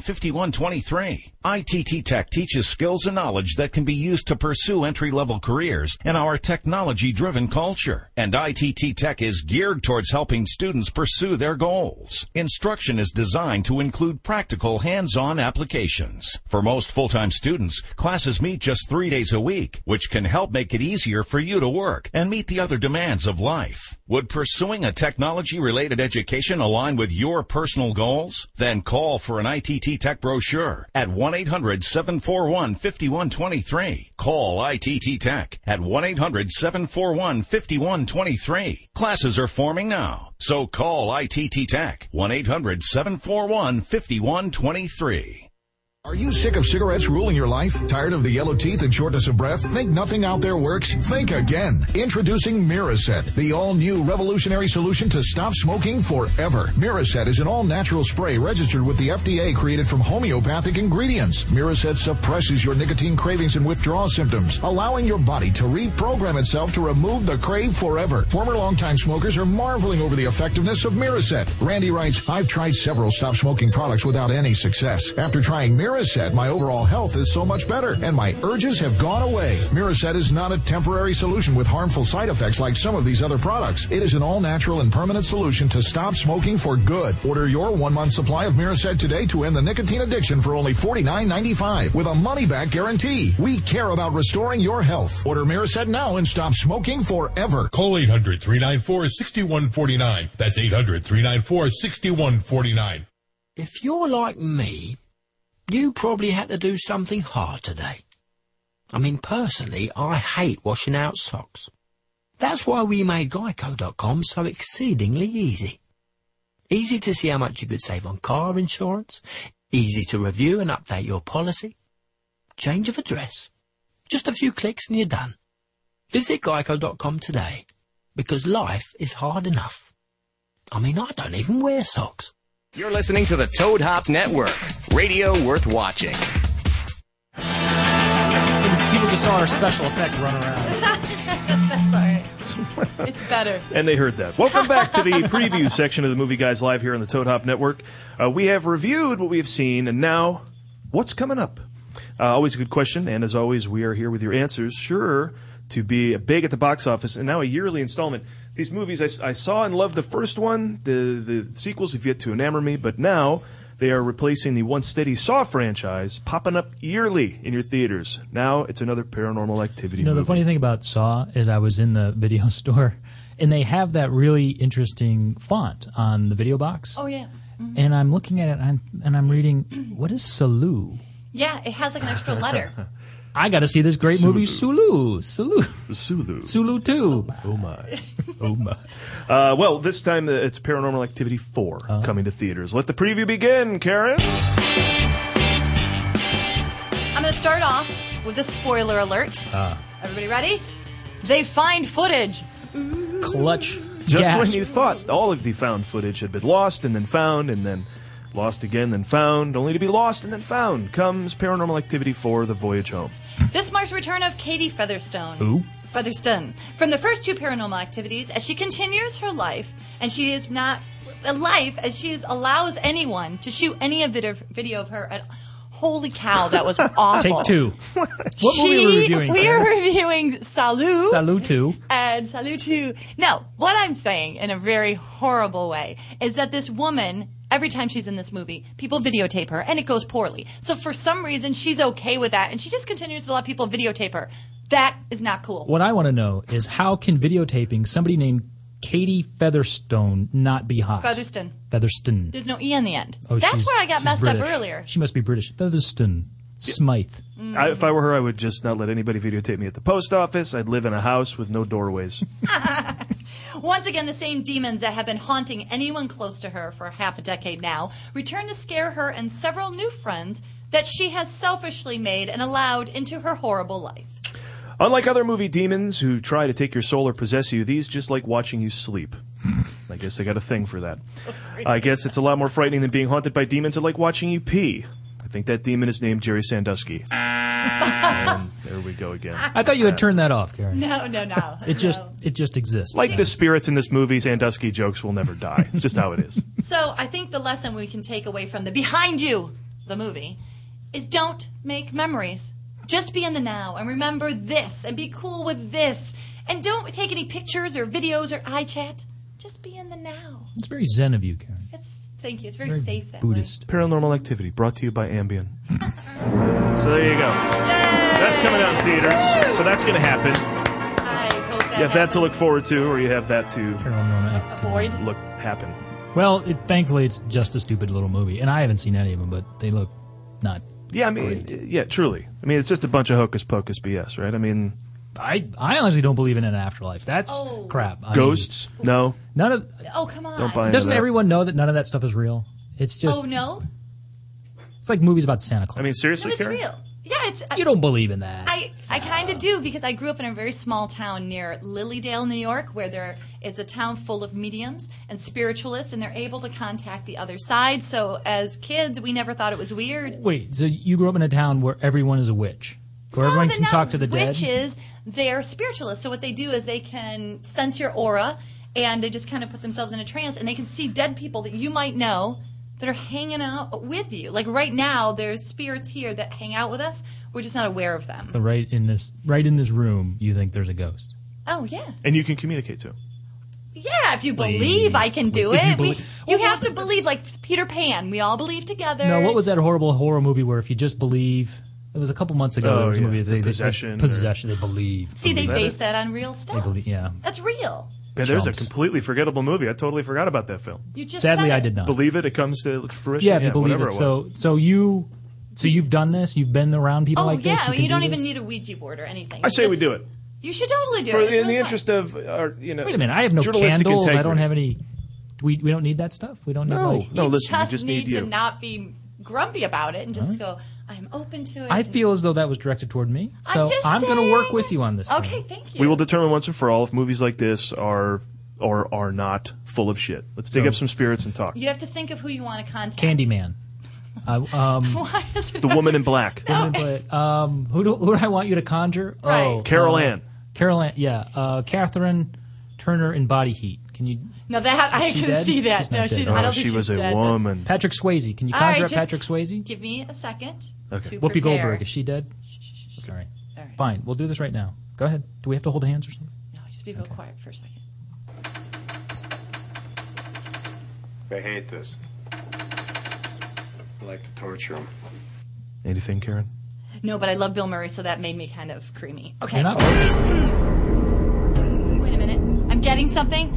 Speaker 14: 1-800-741-5123. ITT Tech teaches skills and knowledge that can be used to pursue entry-level careers in our technology-driven culture. And ITT Tech is geared towards helping students pursue their goals. Instruction is designed to include practical hands-on applications. For most full-time students, classes meet just three days a week, which can help make it easier for you to work and meet the other demands of life. Would pursuing a technology-related education align with your personal goals? Then call for an ITT Tech brochure at 1-800-741-5123. Call ITT Tech at 1-800-741-5123. Classes are forming now, so call ITT Tech 1-800-741-5123.
Speaker 9: Are you sick of cigarettes ruling your life? Tired of the yellow teeth and shortness of breath? Think nothing out there works? Think again. Introducing Miraset, the all-new revolutionary solution to stop smoking forever. Miraset is an all-natural spray registered with the FDA created from homeopathic ingredients. Miraset suppresses your nicotine cravings and withdrawal symptoms, allowing your body to reprogram itself to remove the crave forever. Former longtime smokers are marveling over the effectiveness of Miraset. Randy writes, I've tried several stop smoking products without any success. After trying Miraset, my overall health is so much better and my urges have gone away. Miraset is not a temporary solution with harmful side effects like some of these other products. It is an all natural and permanent solution to stop smoking for good. Order your one month supply of Miraset today to end the nicotine addiction for only $49.95 with a money back guarantee. We care about restoring your health. Order Miraset now and stop smoking forever.
Speaker 15: Call 800 394 6149. That's 800 394 6149.
Speaker 16: If you're like me, you probably had to do something hard today. I mean, personally, I hate washing out socks. That's why we made Geico.com so exceedingly easy. Easy to see how much you could save on car insurance, easy to review and update your policy, change of address. Just a few clicks and you're done. Visit Geico.com today because life is hard enough. I mean, I don't even wear socks.
Speaker 3: You're listening to the Toad Hop Network, radio worth watching.
Speaker 8: People just saw our special effect run around.
Speaker 7: That's all right. It's better.
Speaker 6: And they heard that. Welcome back to the preview section of the Movie Guys Live here on the Toad Hop Network. Uh, we have reviewed what we have seen, and now, what's coming up? Uh, always a good question, and as always, we are here with your answers. Sure to be big at the box office, and now a yearly installment. These movies I, I saw and loved the first one. The the sequels have yet to enamor me, but now They are replacing the once steady Saw franchise, popping up yearly in your theaters. Now it's another paranormal activity
Speaker 8: You know, the
Speaker 6: movie.
Speaker 8: funny thing about Saw is I was in the video store and they have that really interesting font on the video box.
Speaker 7: Oh yeah. Mhm.
Speaker 8: And I'm looking at it and I'm, and I'm reading, what is Salou?
Speaker 7: yeah, it has like an extra letter.
Speaker 8: I got to see this great movie, Sulu. Sulu.
Speaker 6: Sulu.
Speaker 8: Sulu 2.
Speaker 6: Oh my. Oh my. Uh, well, this time uh, it's Paranormal Activity 4
Speaker 8: Uh-huh.
Speaker 6: coming to theaters. Let the preview begin, Karen.
Speaker 7: I'm going to start off with a spoiler alert.
Speaker 8: Ah.
Speaker 7: Everybody ready? They find footage.
Speaker 8: Clutch.
Speaker 6: Just
Speaker 7: Gasp.
Speaker 6: when you thought all of the found footage had been lost and then found and then lost again, then found, only to be lost and then found, comes Paranormal Activity 4 The Voyage Home.
Speaker 7: This marks the return of Katie Featherstone.
Speaker 6: Ooh.
Speaker 7: Featherstone from the first two paranormal activities as she continues her life and she is not a life as she is, allows anyone to shoot any of video, video of her at holy cow that was awful
Speaker 8: Take two. what movie
Speaker 7: She-
Speaker 8: are we reviewing?
Speaker 7: we
Speaker 8: Claire?
Speaker 7: are reviewing Salou
Speaker 8: Salou 2.
Speaker 7: and salute you. No, what I'm saying in a very horrible way is that this woman, every time she's in this movie, people videotape her and it goes poorly. So for some reason, she's okay with that and she just continues to let people videotape her. That is not cool.
Speaker 8: What I want to know is how can videotaping somebody named Katie Featherstone not be hot?
Speaker 7: Featherston.
Speaker 8: Featherston.
Speaker 7: There's no E on the end.
Speaker 8: Oh,
Speaker 7: That's
Speaker 8: she's-
Speaker 7: where I got
Speaker 8: she's
Speaker 7: messed up
Speaker 8: British.
Speaker 7: earlier.
Speaker 8: She must be British. Featherston. Smythe.
Speaker 6: Mm. I, if I were her, I would just not let anybody videotape me at the post office. I'd live in a house with no doorways.
Speaker 7: Once again, the same demons that have been haunting anyone close to her for half a decade now return to scare her and several new friends that she has selfishly made and allowed into her horrible life.
Speaker 6: Unlike other movie demons who try to take your soul or possess you, these just like watching you sleep. I guess they got a thing for that. I guess it's a lot more frightening than being haunted by demons or like watching you pee. I think that demon is named Jerry Sandusky. and there we go again.
Speaker 8: I thought you had turned that off, Karen.
Speaker 7: No, no, no.
Speaker 8: It just it just exists.
Speaker 6: Like the spirits in this movie, Sandusky jokes will never die. It's just how it is.
Speaker 7: So I think the lesson we can take away from the Behind You, the movie, is don't make memories. Just be in the now and remember this and be cool with this. And don't take any pictures or videos or iChat. Just be in the now.
Speaker 8: It's very zen of you, Karen.
Speaker 7: It's thank you. It's very,
Speaker 8: Very
Speaker 7: safe that
Speaker 8: Buddhist.
Speaker 6: Paranormal activity brought to you by Ambien. so there you go. That's coming out in theaters. So that's going to happen. you have that to look forward to, or you have that to
Speaker 7: avoid.
Speaker 6: Look, happen.
Speaker 8: Well, it, thankfully, it's just a stupid little movie, and I haven't seen any of them, but they look not.
Speaker 6: Yeah, I mean, it- yeah, truly. I mean, it's just a bunch of hocus pocus BS, right? I mean,
Speaker 8: I I honestly don't believe in an afterlife. That's crap. I mean,
Speaker 6: ghosts? no.
Speaker 8: none of.
Speaker 7: Oh come on!
Speaker 6: Don't buy into
Speaker 8: Doesn't
Speaker 6: that.
Speaker 8: everyone know that none of that stuff is real? It's just.
Speaker 7: oh no!
Speaker 8: It's like movies about Santa Claus.
Speaker 6: I mean,
Speaker 7: No,
Speaker 6: seriously,
Speaker 7: it's
Speaker 6: Karen?
Speaker 7: real. Yeah, it's. uh,
Speaker 8: You don't believe in that.
Speaker 7: I, I kind of do because I grew up in a very small town near Lilydale, New York, where there is a town full of mediums and spiritualists, and they're able to contact the other side. So as kids, we never thought it was weird.
Speaker 8: Wait, so you grew up in a town where everyone is a witch, where everyone
Speaker 7: They're
Speaker 8: can
Speaker 7: not
Speaker 8: talk to the
Speaker 7: witches,
Speaker 8: dead.
Speaker 7: they're spiritualists. So what they do is they can sense your aura, and they just kind of put themselves in a trance, and they can see dead people that you might know that are hanging out with you. Like right now, there's spirits here that hang out with us. We're just not aware of them.
Speaker 8: So right in this, right in this room, you think there's a ghost.
Speaker 7: Oh yeah.
Speaker 6: And you can communicate to.
Speaker 7: Yeah, if you believe I can do
Speaker 8: If you
Speaker 7: it. We- You,
Speaker 8: believe-
Speaker 7: have to believe, like Peter Pan. We all believe together.
Speaker 8: No, what was that horrible horror movie where if you just believe? It was a couple months ago.
Speaker 6: Oh,
Speaker 8: there was a
Speaker 6: yeah,
Speaker 8: movie
Speaker 6: the
Speaker 8: they, they-
Speaker 6: Possession or-
Speaker 8: possession. They believe.
Speaker 7: See, they
Speaker 8: believe.
Speaker 7: base that on real
Speaker 8: They
Speaker 7: stuff.
Speaker 8: believe. Yeah.
Speaker 7: That's real.
Speaker 6: Man, there's a
Speaker 8: Chumps.
Speaker 6: completely forgettable movie. I totally forgot about that film.
Speaker 7: You just
Speaker 8: Sadly,
Speaker 7: said
Speaker 8: I
Speaker 7: it.
Speaker 8: did not.
Speaker 6: Believe it, it comes to fruition.
Speaker 8: yeah, if you believe
Speaker 6: whatever
Speaker 8: it.
Speaker 6: was.
Speaker 8: So, so you, so you've done this. You've been around people
Speaker 7: Oh
Speaker 8: like
Speaker 7: yeah,
Speaker 8: this.
Speaker 7: you,
Speaker 8: can
Speaker 7: don't
Speaker 8: do
Speaker 7: even
Speaker 8: this?
Speaker 7: need a Ouija board or anything.
Speaker 6: I say we
Speaker 7: Just-
Speaker 6: do it.
Speaker 7: You should totally do
Speaker 6: For,
Speaker 7: it. It's
Speaker 6: in
Speaker 7: really
Speaker 6: the
Speaker 7: fun.
Speaker 6: interest of, our, you know.
Speaker 8: Wait a minute. I have no
Speaker 6: journalistic
Speaker 8: candles. I don't
Speaker 6: integrity.
Speaker 8: have any. We we don't need that stuff. We don't need.
Speaker 6: No,
Speaker 8: like-
Speaker 6: no. Listen,
Speaker 7: just,
Speaker 6: we just
Speaker 7: need,
Speaker 6: need
Speaker 7: to
Speaker 6: you.
Speaker 7: not be grumpy about it and just go. I'm open to it.
Speaker 8: I
Speaker 7: and-
Speaker 8: feel as though that was directed toward me.
Speaker 7: I'm
Speaker 8: So
Speaker 7: just
Speaker 8: I'm, going to
Speaker 7: saying.
Speaker 8: work with you on this. thing.
Speaker 7: Okay, thank you.
Speaker 6: We will determine once and for all if movies like this are or are not full of shit. Let's dig
Speaker 8: So-
Speaker 6: up some spirits and talk.
Speaker 7: You have to think of who you want to contact.
Speaker 8: Candyman. I, um,
Speaker 7: Why is it
Speaker 6: The Woman in Black.
Speaker 8: woman, but, um, who do who do I want you to conjure? Oh,
Speaker 6: Carol
Speaker 8: uh,
Speaker 6: Ann.
Speaker 8: Carol Ann. Yeah, uh, Catherine Turner in Body Heat. Can you?
Speaker 7: No, that I
Speaker 8: Is she
Speaker 7: can
Speaker 8: dead?
Speaker 7: see that.
Speaker 8: She's not
Speaker 7: no,
Speaker 8: dead.
Speaker 7: she's. I
Speaker 8: Oh,
Speaker 7: don't
Speaker 6: she
Speaker 7: think
Speaker 6: was
Speaker 7: she's
Speaker 6: a
Speaker 7: dead.
Speaker 6: woman.
Speaker 8: Patrick Swayze. Can you
Speaker 7: All right,
Speaker 8: conjure up
Speaker 7: just
Speaker 8: Patrick Swayze?
Speaker 7: Give me a second.
Speaker 6: Okay.
Speaker 7: to
Speaker 8: Whoopi
Speaker 7: prepare.
Speaker 8: Goldberg. Is she dead? Sorry. Fine. We'll do this right now. Go ahead. Do we have to hold hands or something?
Speaker 7: No, just be real quiet for a second.
Speaker 17: They hate this. like to torture them.
Speaker 6: Anything, Karen?
Speaker 7: No, but I love Bill Murray, so that made me kind of creamy. Okay.
Speaker 6: You're not-
Speaker 7: Wait a minute. I'm getting something.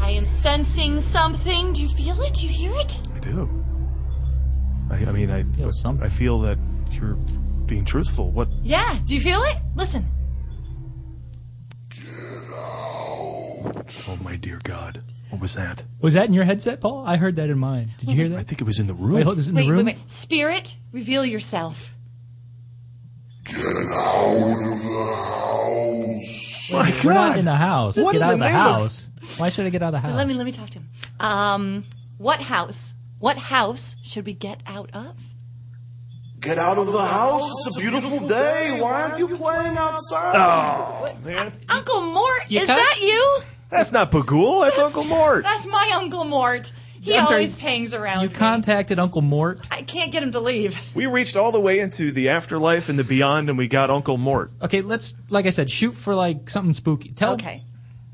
Speaker 7: I am sensing something. Do you feel it? Do you hear it?
Speaker 6: I do. I, I mean, I feel I feel that you're being truthful. What?
Speaker 7: Yeah. Do you feel it? Listen.
Speaker 6: Oh my dear God! What was that?
Speaker 8: Was that in your headset, Paul? I heard that in mine. Did you hear that? I
Speaker 6: think it was in the room.
Speaker 8: Wait, hold, is it in
Speaker 7: wait,
Speaker 8: the room?
Speaker 7: wait, wait. Spirit, reveal yourself.
Speaker 8: My We're not
Speaker 7: God.
Speaker 8: in the house.
Speaker 7: What
Speaker 8: get
Speaker 7: in
Speaker 8: out
Speaker 7: the
Speaker 8: of the
Speaker 7: name of-
Speaker 8: house. Why should I get out of the house?
Speaker 7: Let me let me talk to him. Um, what house? What house should we get out of?
Speaker 18: Get out of the house. It's a beautiful day. Why aren't you playing outside?
Speaker 6: Oh, man.
Speaker 7: Uncle Mort,
Speaker 6: You
Speaker 7: is
Speaker 6: cut-
Speaker 7: that you?
Speaker 6: That's not Bagul. That's Oh, Uncle Mort.
Speaker 7: That's my Uncle Mort. He
Speaker 8: I'm sorry,
Speaker 7: always hangs around.
Speaker 8: You contacted Uncle Mort.
Speaker 7: I can't get him to leave.
Speaker 6: We reached all the way into the afterlife and the beyond, and we got Uncle Mort.
Speaker 8: Okay, let's like I said, shoot for like something spooky. Tell
Speaker 7: Okay.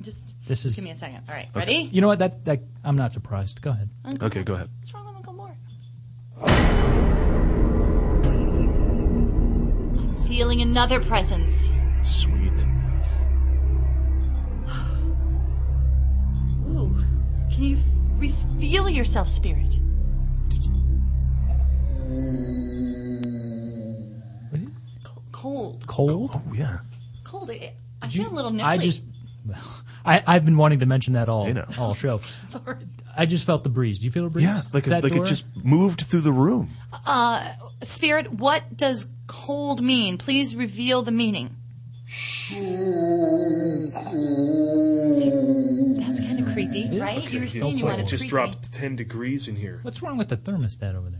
Speaker 7: Just
Speaker 8: This is-
Speaker 7: give me a second. All right,
Speaker 8: Okay.
Speaker 7: ready?
Speaker 8: You know what? That that I'm not surprised. Go ahead.
Speaker 7: Uncle Okay,
Speaker 6: go ahead.
Speaker 7: What's wrong with Uncle Mort?
Speaker 6: Uh.
Speaker 7: I'm feeling another presence.
Speaker 6: Sweet.
Speaker 7: Ooh, can you f- re- feel yourself, spirit? Cold,
Speaker 8: Cold?
Speaker 6: Oh yeah.
Speaker 7: cold. I, I feel a little nipply.
Speaker 8: I just I I've been wanting to mention that all
Speaker 6: know.
Speaker 8: all show.
Speaker 7: Sorry.
Speaker 8: I just felt the breeze. Do you feel a breeze?
Speaker 6: Yeah, like
Speaker 8: Is that
Speaker 6: it, like it
Speaker 8: door?
Speaker 6: just moved through the room.
Speaker 7: Uh, spirit, what does cold mean? Please reveal the meaning. See, that's kind of creepy, right? you were saying you wanted creepy.
Speaker 6: dropped ten degrees in here.
Speaker 8: What's wrong with the thermostat over there?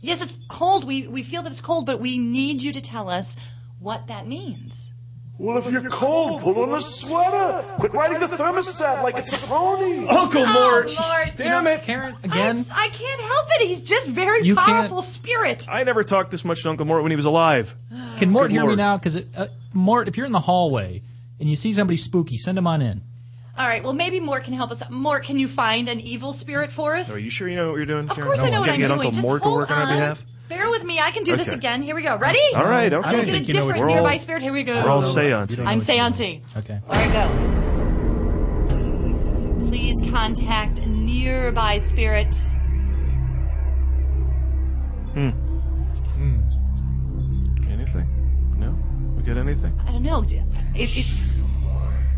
Speaker 7: Yes, it's cold. We we feel that it's cold, but we need you to tell us what that means.
Speaker 18: Well, if you're cold, pull on a sweater. Quit riding the thermostat like it's a pony.
Speaker 6: Uncle
Speaker 7: Mort.
Speaker 6: Damn it,
Speaker 8: Karen
Speaker 7: I'm s- I can't help it. He's just very
Speaker 6: You can't-
Speaker 7: powerful spirit.
Speaker 6: I never talked this much to Uncle Mort when he was alive.
Speaker 8: Can Mort
Speaker 6: Good
Speaker 8: hear me
Speaker 6: Lord.
Speaker 8: now? Because uh, Mort, if you're in the hallway and you see somebody spooky, send them on in.
Speaker 7: All right. Well, maybe Mort can help us. Mort, can you find an evil spirit for us?
Speaker 6: Are you sure you know what you're doing?
Speaker 8: Oh,
Speaker 7: Of course I know what
Speaker 6: Gonna
Speaker 7: I'm
Speaker 6: get
Speaker 7: doing.
Speaker 6: Uncle
Speaker 7: Just
Speaker 6: Mort to
Speaker 7: hold
Speaker 6: work
Speaker 7: on.
Speaker 6: our behalf.
Speaker 7: Bear with me. I can do this
Speaker 6: Okay.
Speaker 7: again. Here we go. Ready?
Speaker 6: All right, okay.
Speaker 7: I'm gonna get a
Speaker 6: think you know
Speaker 7: different
Speaker 6: what-
Speaker 7: nearby
Speaker 6: We're all-
Speaker 7: spirit. Here we go.
Speaker 6: we're all seance.
Speaker 7: I'm seancing.
Speaker 8: Okay.
Speaker 7: All right, go. Please contact nearby spirit.
Speaker 6: Hmm. Anything? No. We get anything?
Speaker 7: I don't know. It, it's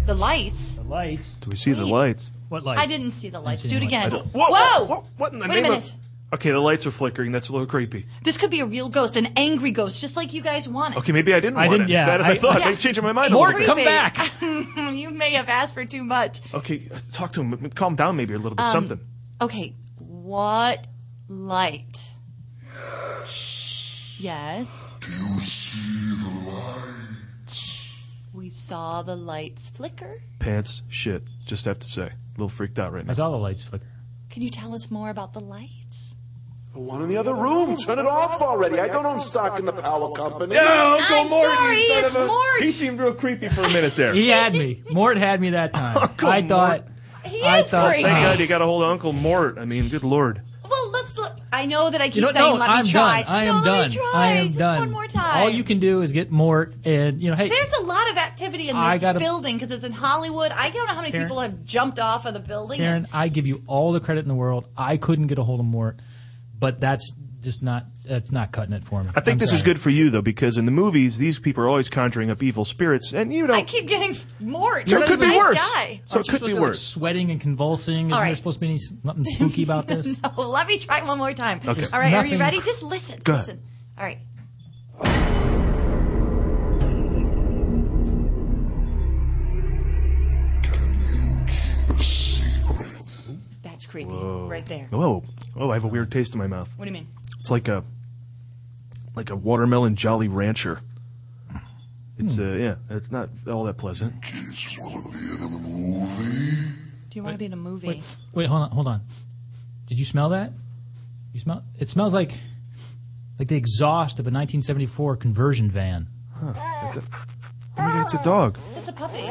Speaker 7: the lights. The
Speaker 8: lights.
Speaker 6: Do we see the lights?
Speaker 8: What
Speaker 7: I didn't see the lights.
Speaker 6: see
Speaker 7: Do it
Speaker 6: any lights.
Speaker 7: again.
Speaker 6: I don't-
Speaker 7: Whoa! Whoa!
Speaker 6: What in the
Speaker 7: Wait
Speaker 6: name
Speaker 7: a
Speaker 6: of-
Speaker 7: minute.
Speaker 6: Okay, the lights are flickering. That's a little creepy.
Speaker 7: This could be a real ghost, an angry ghost, just like you guys wanted.
Speaker 6: Okay, maybe I didn't
Speaker 8: I
Speaker 6: want
Speaker 8: didn't-
Speaker 6: it
Speaker 8: yeah,
Speaker 6: as bad as I,
Speaker 8: I-
Speaker 6: thought.
Speaker 8: Yeah.
Speaker 6: I'm changing my mind a
Speaker 7: Mort,
Speaker 6: little bit.
Speaker 7: come back. you may have asked for too much.
Speaker 6: Okay, uh, talk to him. Calm down maybe a little bit.
Speaker 7: Um,
Speaker 6: something.
Speaker 7: Okay, what light? Yes. Do you see the lights? We saw the lights flicker.
Speaker 6: Pants, shit. Just have to say. A little freaked out right now.
Speaker 8: I saw the lights flicker.
Speaker 7: Can you tell us more about the lights?
Speaker 18: The one in the other room. Turn it off already. I don't own stock in the power company.
Speaker 6: No, Uncle
Speaker 7: I'm
Speaker 6: Mort,
Speaker 7: sorry,
Speaker 6: you son
Speaker 7: it's
Speaker 6: of a-
Speaker 7: Mort.
Speaker 6: He seemed real creepy
Speaker 18: Oh,
Speaker 6: for a minute there.
Speaker 8: He had me. Mort had me that time. I thought. I thought.
Speaker 6: Thank God you got a hold of Uncle Mort. I mean, good lord.
Speaker 7: Well, let's look. I know that I keep
Speaker 8: You know,
Speaker 7: saying
Speaker 8: no,
Speaker 7: let
Speaker 8: I'm
Speaker 7: me try.
Speaker 8: done. I
Speaker 7: no,
Speaker 8: am
Speaker 7: let
Speaker 8: done.
Speaker 7: me try.
Speaker 8: I am
Speaker 7: Just
Speaker 8: done.
Speaker 7: one more time.
Speaker 8: All you can do is get Mort, and you know, hey,
Speaker 7: There's a lot of activity in
Speaker 8: I
Speaker 7: this
Speaker 8: gotta-
Speaker 7: building because it's in Hollywood. I don't know how many
Speaker 8: Karen?
Speaker 7: people have jumped off of the building.
Speaker 8: Karen, I give you all the credit in the world. I couldn't get a hold of Mort, but that's just not that's not cutting it for me.
Speaker 6: I think this is good for you though, because in the movies, these people are always conjuring up evil spirits, and you
Speaker 7: I
Speaker 6: don't.
Speaker 7: keep getting f- more.
Speaker 6: So it could be
Speaker 7: nice
Speaker 6: worse.
Speaker 7: Guy.
Speaker 6: So it could be worse.
Speaker 8: sweating and convulsing. Isn't
Speaker 7: All
Speaker 8: there
Speaker 7: right.
Speaker 8: supposed to be any, nothing spooky about this?
Speaker 7: Oh, let me try one more time.
Speaker 8: Okay.
Speaker 7: All right, are you
Speaker 8: Nothing-
Speaker 7: ready? Just listen.
Speaker 8: Go ahead.
Speaker 7: listen. All right. That's creepy,
Speaker 6: Whoa.
Speaker 7: right there.
Speaker 6: Whoa! Oh, I have a weird taste in my mouth.
Speaker 7: What do you mean?
Speaker 6: It's like a, like a watermelon Jolly Rancher. It's
Speaker 8: Hmm.
Speaker 6: uh, yeah, it's not all that pleasant.
Speaker 7: Do you want to be in a movie?
Speaker 8: Wait, hold on, hold on. Did you smell that? You smell? It smells like like the exhaust of a 1974 conversion van.
Speaker 6: Huh. It- oh my god, it's a dog.
Speaker 7: It's a puppy.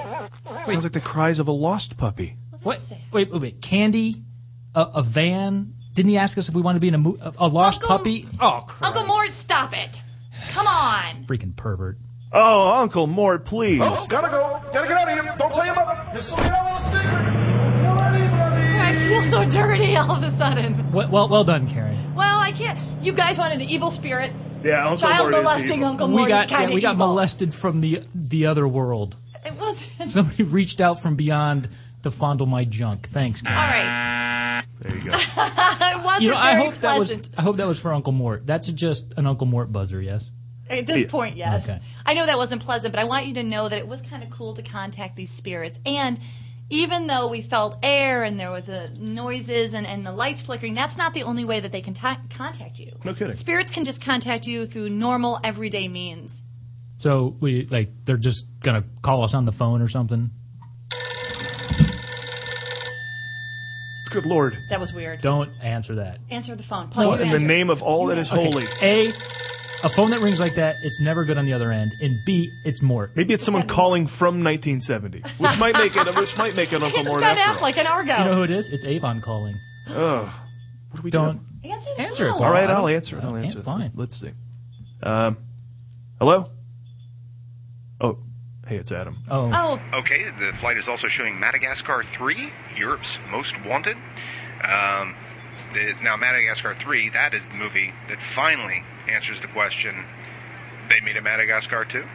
Speaker 6: Sounds like the cries of a lost puppy.
Speaker 8: What? Wait, wait, wait. Candy, a, a van, Didn't he ask us if we wanted to be in a, mo- a- a lost puppy? Oh, cr-
Speaker 7: Uncle Mort, stop it. Come on.
Speaker 8: freaking pervert.
Speaker 6: Oh, Uncle Mort, please.
Speaker 18: Oh, gotta go. Gotta get out of here. Don't tell your mother. This will get out of the secret. Don't tell anybody.
Speaker 7: I feel so dirty all of a sudden.
Speaker 8: Well, well, well done, Karen.
Speaker 7: Well, I can't. You guys wanted an evil spirit.
Speaker 6: Yeah,
Speaker 7: Uncle Child Mort is molesting evil. Uncle Mort
Speaker 8: we
Speaker 7: is
Speaker 8: got
Speaker 7: kinda
Speaker 8: yeah, we got
Speaker 7: evil.
Speaker 8: molested from the the other world.
Speaker 7: It wasn't.
Speaker 8: Somebody reached out from beyond to fondle my junk. Thanks, Karen.
Speaker 7: All right.
Speaker 6: There you
Speaker 7: go. it wasn't
Speaker 8: You know, I
Speaker 7: very
Speaker 8: hope that
Speaker 7: pleasant.
Speaker 8: was I hope that was for Uncle Mort. That's just an Uncle Mort buzzer, yes.
Speaker 7: At this
Speaker 8: Yeah.
Speaker 7: point, yes.
Speaker 8: Okay.
Speaker 7: I know that wasn't pleasant, but I want you to know that it was kind of cool to contact these spirits. And even though we felt air and there were the noises and, and the lights flickering, that's not the only way that they can ta- contact you.
Speaker 8: No kidding.
Speaker 7: Spirits can just contact you through normal, everyday means.
Speaker 8: So we like they're just gonna call us on the phone or something.
Speaker 6: Good lord.
Speaker 7: That was weird.
Speaker 8: Don't answer that.
Speaker 7: Answer the phone. Paul,
Speaker 6: What
Speaker 7: you
Speaker 6: in the
Speaker 7: answer.
Speaker 6: name of all that is
Speaker 8: Okay.
Speaker 6: holy?
Speaker 8: A, a phone that rings like that, it's never good on the other end. And B, it's Mort.
Speaker 6: Maybe it's someone calling from 1970, which might make it. Which might make it Uncle Mort.
Speaker 7: Ben
Speaker 6: after all.
Speaker 7: Affleck and Argo.
Speaker 8: You know who it is? It's Avon calling.
Speaker 6: Ugh. What do we don't
Speaker 7: Answer, the
Speaker 8: answer it.
Speaker 7: phone.
Speaker 6: All right,
Speaker 8: I
Speaker 6: I'll
Speaker 8: don't-
Speaker 6: answer it. I'll
Speaker 8: okay,
Speaker 6: answer it.
Speaker 8: fine.
Speaker 6: Let's see. Um, hello. Oh, hey, it's Adam.
Speaker 8: Oh.
Speaker 11: Okay, the flight is also showing Madagascar 3, Europe's Most Wanted. Um, the, now, Madagascar 3, that is the movie that finally answers the question they made a Madagascar 2. Um,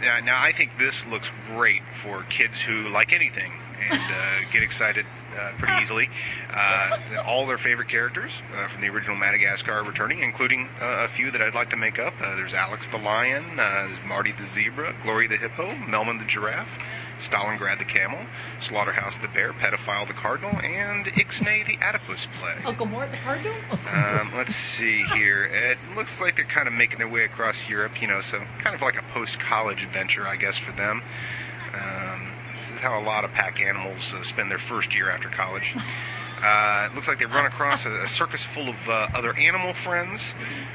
Speaker 11: now, now, I think this looks great for kids who like anything and uh, get excited uh, pretty easily. Uh, all their favorite characters uh, from the original Madagascar are returning, including uh, a few that I'd like to make up. Uh, there's Alex the lion, uh, there's Marty the zebra, Glory the hippo, Melman the giraffe, Stalingrad the camel, Slaughterhouse the bear, Pedophile the cardinal, and Ixnay the adipose play.
Speaker 7: Uncle Mort, the cardinal?
Speaker 11: Um, let's see here. It looks like they're kind of making their way across Europe, you know, so kind of like a post college adventure, I guess, for them. Um, this is how a lot of pack animals uh, spend their first year after college. Uh, it looks like they run across a, a circus full of uh, other animal friends.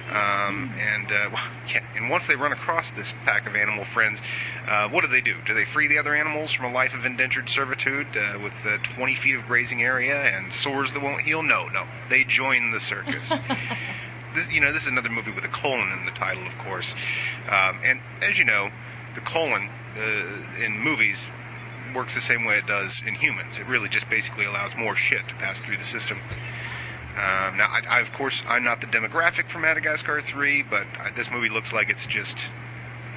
Speaker 11: Um, and uh, yeah, and once they run across this pack of animal friends, uh, what do they do? Do they free the other animals from a life of indentured servitude uh, with uh, 20 feet of grazing area and sores that won't heal? No, no. They join the circus. this, you know, this is another movie with a colon in the title, of course. Um, and as you know, the colon uh, in movies works the same way it does in humans. It really just basically allows more shit to pass through the system. Um, now, I, I, of course, I'm not the demographic for Madagascar 3, but uh this movie looks like it's just,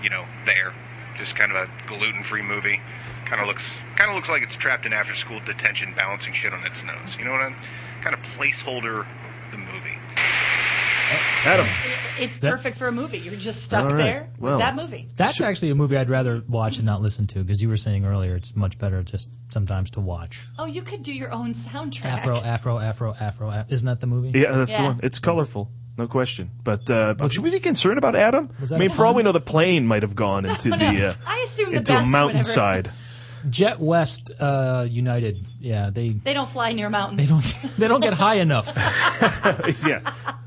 Speaker 11: you know, there. Just kind of a gluten-free movie. Kind of looks, kind of looks like it's trapped in after-school detention, balancing shit on its nose. You know what I'm? Kind of placeholder, the movie.
Speaker 6: Adam.
Speaker 7: It's
Speaker 8: That-
Speaker 7: perfect for a movie. You're just stuck
Speaker 8: All right,
Speaker 7: there with
Speaker 8: well.
Speaker 7: that movie.
Speaker 8: That's actually a movie I'd rather watch and not listen to because you were saying earlier it's much better just sometimes to watch.
Speaker 7: Oh, you could do your own soundtrack.
Speaker 8: Afro, Afro, Afro, Afro. Af- Isn't that the movie?
Speaker 6: Yeah, that's the
Speaker 7: Yeah.
Speaker 6: one. It's colorful, no question. But uh, should we be concerned about Adam?
Speaker 8: Was that
Speaker 6: I mean,
Speaker 8: a
Speaker 6: for all
Speaker 8: pun?
Speaker 6: we know, the plane might have gone into
Speaker 7: No, no,
Speaker 6: the uh,
Speaker 7: I assume the
Speaker 6: into
Speaker 7: best
Speaker 6: a
Speaker 7: whenever-
Speaker 6: mountainside.
Speaker 8: Jet West uh, United. Yeah, they
Speaker 7: They don't fly near mountains. They
Speaker 8: don't. they don't get high enough.
Speaker 6: yeah,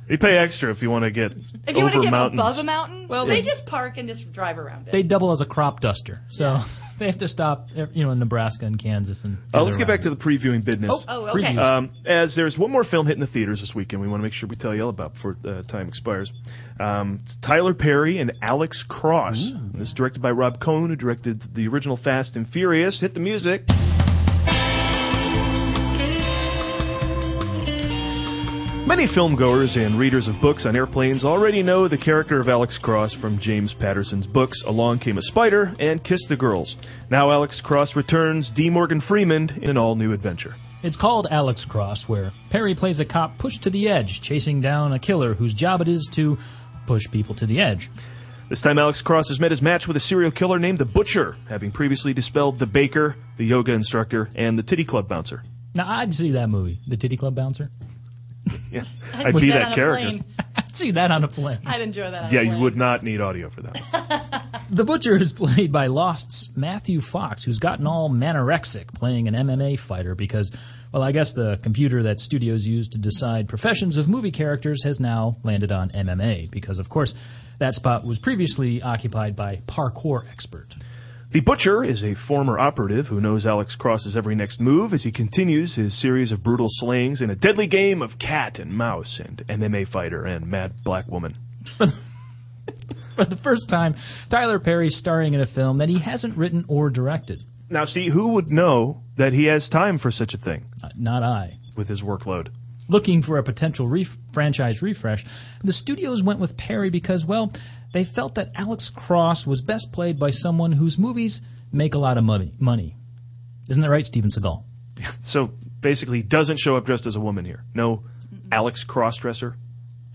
Speaker 6: you pay extra if you want to get
Speaker 7: If you
Speaker 6: over
Speaker 7: want to get
Speaker 6: mountains.
Speaker 7: above a mountain, well,
Speaker 8: Well,
Speaker 7: they
Speaker 8: they-
Speaker 7: just park and just drive around it.
Speaker 8: They double as a crop duster, so they have to stop. You know, in Nebraska and Kansas and.
Speaker 6: Uh, let's get back to the previewing business.
Speaker 7: Oh, oh, okay. Previews.
Speaker 6: Um, as there's one more film hitting the theaters this weekend, we want to make sure we tell you all about before uh, time expires. Um, it's Tyler Perry and Alex Cross. This is directed by Rob Cohn, who directed the original Fast and Furious. Hit the music. Many filmgoers and readers of books on airplanes already know the character of Alex Cross from James Patterson's books Along Came a Spider and Kiss the Girls. Now Alex Cross returns D. Morgan Freeman in an all new adventure.
Speaker 8: It's called Alex Cross, where Perry plays a cop pushed to the edge, chasing down a killer whose job it is to push people to the edge.
Speaker 6: This time, Alex Cross has met his match with a serial killer named The Butcher, having previously dispelled the baker, the yoga instructor, and the titty club bouncer.
Speaker 8: Now, I'd see that movie, The Titty Club Bouncer.
Speaker 6: Yeah,
Speaker 7: I'd
Speaker 6: I'd
Speaker 7: see
Speaker 6: be
Speaker 7: that
Speaker 6: that,
Speaker 7: on a plane.
Speaker 6: character.
Speaker 8: I'd see that on a plane.
Speaker 7: I'd enjoy that. on a
Speaker 6: Yeah, you
Speaker 7: plane.
Speaker 6: would not need audio for that.
Speaker 8: The Butcher is played by Lost's Matthew Fox, who's gotten all manorexic playing an MMA fighter because, well, I guess the computer that studios use to decide professions of movie characters has now landed on MMA because, of course, that spot was previously occupied by parkour expert.
Speaker 6: The Butcher is a former operative who knows Alex Cross's every next move as he continues his series of brutal slayings in a deadly game of cat and mouse and MMA fighter and mad black woman.
Speaker 8: For the first time, Tyler Perry starring in a film that he hasn't written or directed.
Speaker 6: Now, see, who would know that he has time for such a thing?
Speaker 8: Not I.
Speaker 6: With his workload.
Speaker 8: Looking for a potential re- franchise refresh, the studios went with Perry because, well, they felt that Alex Cross was best played by someone whose movies make a lot of money. money. Isn't that right, Steven Seagal?
Speaker 6: So basically, doesn't show up dressed as a woman here. No Alex Crossdresser.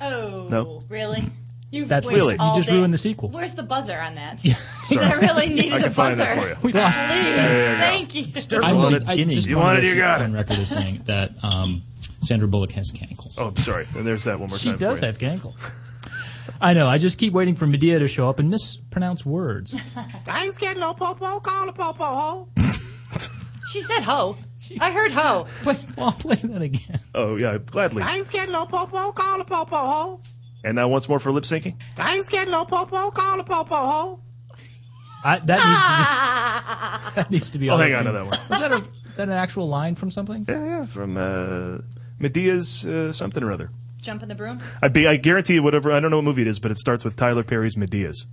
Speaker 7: Oh,
Speaker 6: No.
Speaker 7: really? You've
Speaker 6: That's
Speaker 7: wasted
Speaker 6: really-
Speaker 7: all
Speaker 6: You just
Speaker 7: day-
Speaker 6: ruined the sequel.
Speaker 7: Where's the buzzer on that?
Speaker 6: Sorry.
Speaker 7: I really needed
Speaker 6: I can
Speaker 7: a
Speaker 6: find
Speaker 7: buzzer.
Speaker 6: that for you.
Speaker 8: We lost.
Speaker 7: Please,
Speaker 1: There you go.
Speaker 7: thank you.
Speaker 1: I
Speaker 6: wanted
Speaker 1: would- I
Speaker 6: Guinea.
Speaker 1: just
Speaker 6: You
Speaker 1: wanna
Speaker 6: wanted,
Speaker 1: go
Speaker 6: you got
Speaker 1: on
Speaker 6: it.
Speaker 1: record as saying that um, Sandra Bullock has cankles.
Speaker 6: Oh, I'm sorry. And there's that one more
Speaker 8: She
Speaker 6: time.
Speaker 8: does
Speaker 6: for you.
Speaker 8: have cankles. I know. I just keep waiting for Medea to show up and mispronounce words.
Speaker 17: I ain't scared of no popo. Call a popo ho.
Speaker 7: She said ho. I heard ho.
Speaker 8: I'll play that again.
Speaker 6: Oh yeah, gladly.
Speaker 17: I ain't scared of no popo. Call a popo ho.
Speaker 6: And now once more for lip syncing.
Speaker 17: I ain't scared of no popo. Call a popo ho.
Speaker 8: I,
Speaker 7: Ah.
Speaker 8: that, needs to be, that needs to be.
Speaker 6: I'll
Speaker 8: on
Speaker 6: Oh, hang
Speaker 8: the
Speaker 6: on to
Speaker 8: team.
Speaker 6: that one.
Speaker 8: Is that, a, is that an actual line from something?
Speaker 6: Yeah, yeah. From uh, Medea's uh, something or other.
Speaker 7: Jump in the broom.
Speaker 6: I be I guarantee you whatever I don't know what movie it is, but it starts with Tyler Perry's Medea's.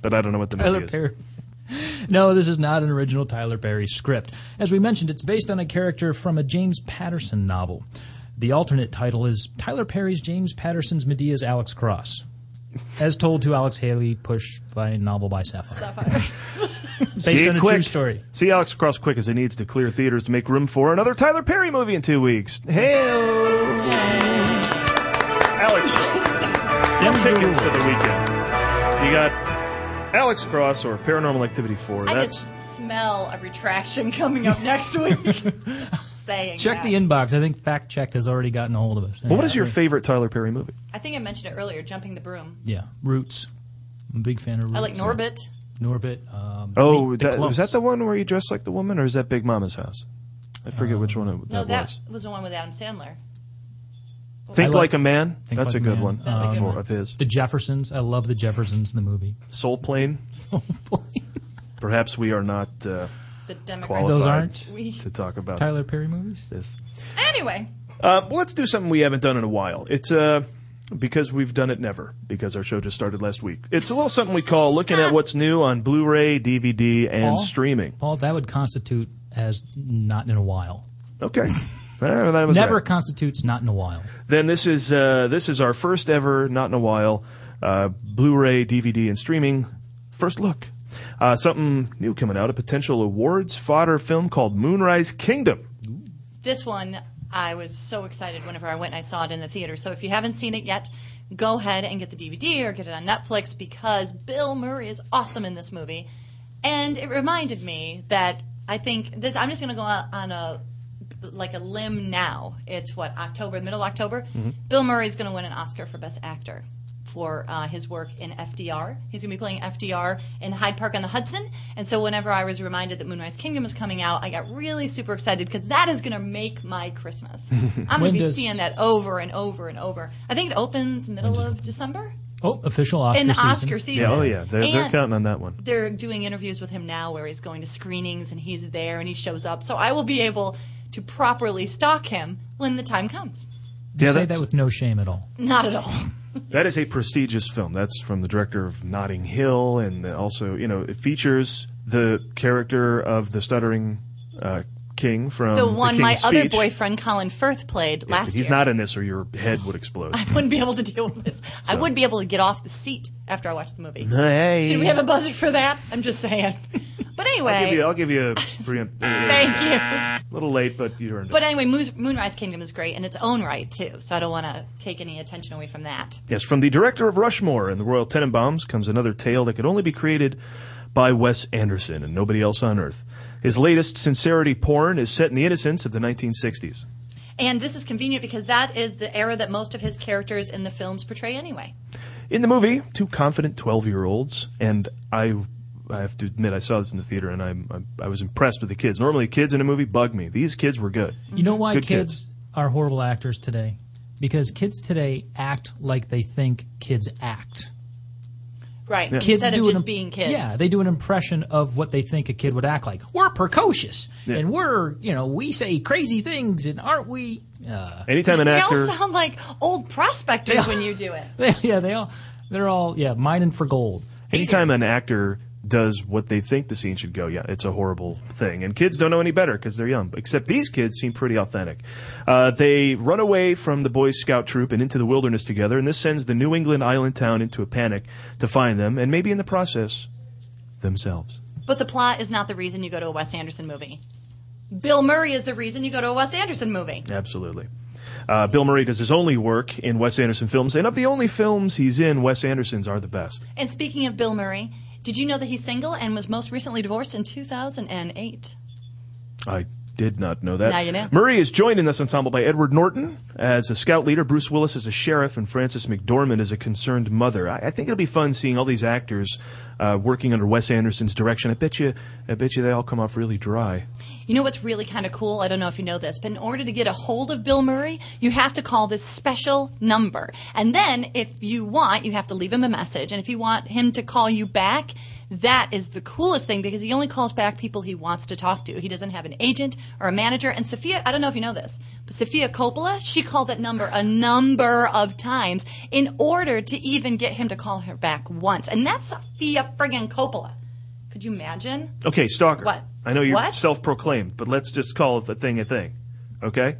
Speaker 6: but I don't know what the
Speaker 8: Tyler
Speaker 6: movie is.
Speaker 8: Perry. No, this is not an original Tyler Perry script. As we mentioned, it's based on a character from a James Patterson novel. The alternate title is Tyler Perry's James Patterson's Medea's Alex Cross, as told to Alex Haley, pushed by a novel by Sapphire. based
Speaker 6: See it
Speaker 8: on a
Speaker 6: quick.
Speaker 8: true story.
Speaker 6: See Alex Cross quick as he needs to clear theaters to make room for another Tyler Perry movie in two weeks. Hey, Alex.
Speaker 8: was the
Speaker 6: tickets for
Speaker 8: rules.
Speaker 6: the weekend. You got Alex Cross or Paranormal Activity Four.
Speaker 7: I
Speaker 6: That's
Speaker 7: just smell a retraction coming up next week. Saying that.
Speaker 8: Check the inbox. I think Fact Checked has already gotten a hold of us.
Speaker 6: well, what is your favorite Tyler Perry movie?
Speaker 7: I think I mentioned it earlier. Jumping the broom.
Speaker 8: Yeah, Roots. I'm a big fan of
Speaker 6: Mm,
Speaker 8: Roots.
Speaker 7: I like Norbit.
Speaker 8: Norbit. Um,
Speaker 6: Oh,
Speaker 8: Meet the
Speaker 6: that, was
Speaker 8: Clumps.
Speaker 6: that the one where you dressed like the woman, or is that Big Mama's house? I forget which one it,
Speaker 7: No,
Speaker 6: that,
Speaker 7: that
Speaker 6: was.
Speaker 7: was. the one with Adam Sandler.
Speaker 6: Think
Speaker 8: I
Speaker 6: like, a man.
Speaker 8: Think
Speaker 6: That's
Speaker 8: Like
Speaker 6: a good
Speaker 8: Man.
Speaker 6: one.
Speaker 8: Um,
Speaker 6: for- of his
Speaker 8: The Jeffersons. I love the Jeffersons in the movie.
Speaker 6: Soul Plane.
Speaker 8: Soul Plane.
Speaker 6: Perhaps we are not uh,
Speaker 7: The demographic.
Speaker 6: qualified
Speaker 8: Those aren't
Speaker 7: We-
Speaker 6: to talk about
Speaker 8: Tyler Perry movies.
Speaker 6: This.
Speaker 7: Anyway,
Speaker 6: Uh, well, let's do something we haven't done in a while. It's uh, because we've done it never, because our show just started last week. It's a little something we call looking at what's new on Blu ray, DVD, and
Speaker 8: Paul?
Speaker 6: streaming.
Speaker 8: Paul, that would constitute as not in a while.
Speaker 6: Okay. Uh, that was
Speaker 8: Never
Speaker 6: right.
Speaker 8: constitutes not in a while.
Speaker 6: Then this is, uh, this is our first ever, not in a while, uh, Blu ray, DVD, and streaming first look. Uh, something new coming out, a potential awards fodder film called Moonrise Kingdom.
Speaker 7: this one I was so excited whenever I went and I saw it in the theater. So if you haven't seen it yet, go ahead and get the DVD or get it on Netflix because Bill Murray is awesome in this movie. And it reminded me that I think this. I'm just going to go on on a like a limb now. It's what October, the middle of October.
Speaker 6: Mm-hmm.
Speaker 7: Bill Murray is going to win an Oscar for Best Actor for uh, his work in FDR. He's going to be playing FDR in Hyde Park on the Hudson. And so, whenever I was reminded that Moonrise Kingdom is coming out, I got really super excited because that is going to make my Christmas. I'm going
Speaker 8: When
Speaker 7: to be
Speaker 8: does-
Speaker 7: seeing that over and over and over. I think it opens middle of December.
Speaker 8: Oh, official Oscar
Speaker 7: In
Speaker 8: season.
Speaker 7: Oscar season.
Speaker 6: Yeah, oh, yeah. They're, they're
Speaker 7: And-
Speaker 6: counting on that one.
Speaker 7: They're doing interviews with him now where he's going to screenings and he's there and he shows up. So, I will be able to properly stalk him when the time comes.
Speaker 8: You say
Speaker 6: Yeah, that's-
Speaker 8: that with no shame at all.
Speaker 7: Not at all.
Speaker 6: That is a prestigious film. That's from the director of Notting Hill, and also, you know, it features the character of the stuttering uh, king from
Speaker 7: the one
Speaker 6: Um, King's
Speaker 7: my other
Speaker 6: Speech.
Speaker 7: boyfriend Colin Firth played
Speaker 6: Yeah, but
Speaker 7: last
Speaker 6: He's
Speaker 7: year.
Speaker 6: not in this, or your head would explode.
Speaker 7: I wouldn't be able to deal with this. I would be able to get off the seat after I watched the movie.
Speaker 6: Hey.
Speaker 7: Should we have a buzzer for that? I'm just saying. But
Speaker 6: I'll give
Speaker 7: anyway,
Speaker 6: you. I'll give you a preempt.
Speaker 7: thank you.
Speaker 6: A little late, but you earned it.
Speaker 7: But anyway, Moos- Moonrise Kingdom is great in its own right too. So I don't want to take any attention away from that.
Speaker 6: Yes, from the director of Rushmore and the Royal Tenenbaums comes another tale that could only be created by Wes Anderson and nobody else on earth. His latest sincerity porn is set in the innocence of the 1960s.
Speaker 7: And this is convenient because that is the era that most of his characters in the films portray anyway.
Speaker 6: In the movie, two confident 12 year olds, and I, I have to admit, I saw this in the theater and I'm, I'm, I was impressed with the kids. Normally, kids in a movie bug me. These kids were good.
Speaker 8: You know why
Speaker 6: Good
Speaker 8: kids, are horrible actors today? Because kids today act like they think kids act.
Speaker 7: Right.
Speaker 8: Kids
Speaker 7: Instead
Speaker 8: do
Speaker 7: of
Speaker 8: an
Speaker 7: just
Speaker 8: im-
Speaker 7: being kids.
Speaker 8: Yeah, they do an impression of what they think a kid would act like. We're precocious, and we're you know we say crazy things, and aren't we? Uh,
Speaker 6: Anytime an
Speaker 7: they
Speaker 6: actor,
Speaker 7: all sound like old prospectors when you do it.
Speaker 8: yeah, they all they're all yeah mining for gold.
Speaker 6: anytime an actor does what they think the scene should go, yeah, it's a horrible thing. And kids don't know any better because they're young. Except these kids seem pretty authentic. Uh, they run away from the Boy Scout troop and into the wilderness together, and this sends the New England island town into a panic to find them, and maybe in the process, themselves.
Speaker 7: But the plot is not the reason you go to a Wes Anderson movie. Bill Murray is the reason you go to a Wes Anderson movie.
Speaker 6: Absolutely. Uh, Bill Murray does his only work in Wes Anderson films, and of the only films he's in, Wes Anderson's are the best.
Speaker 7: And speaking of Bill Murray, did you know that he's single and was most recently divorced in 2008?
Speaker 6: I did not know that.
Speaker 7: Now you know.
Speaker 6: Murray is joined in this ensemble by Edward Norton as a scout leader, Bruce Willis as a sheriff, and Frances McDormand as a concerned mother. I, I think it'll be fun seeing all these actors uh, working under Wes Anderson's direction. I bet you, I bet you they all come off really dry.
Speaker 7: You know what's really kind of cool? I don't know if you know this, but in order to get a hold of Bill Murray, you have to call this special number. And then if you want, you have to leave him a message. And if you want him to call you back, that is the coolest thing because he only calls back people he wants to talk to. He doesn't have an agent or a manager. And Sophia, I don't know if you know this, but Sophia Coppola, she called that number a number of times in order to even get him to call her back once. And that's Sophia friggin' Coppola. Could you imagine?
Speaker 6: Okay, stalker.
Speaker 7: What?
Speaker 6: I know you're
Speaker 7: What?
Speaker 6: self-proclaimed, but let's just call a thing a thing. Okay?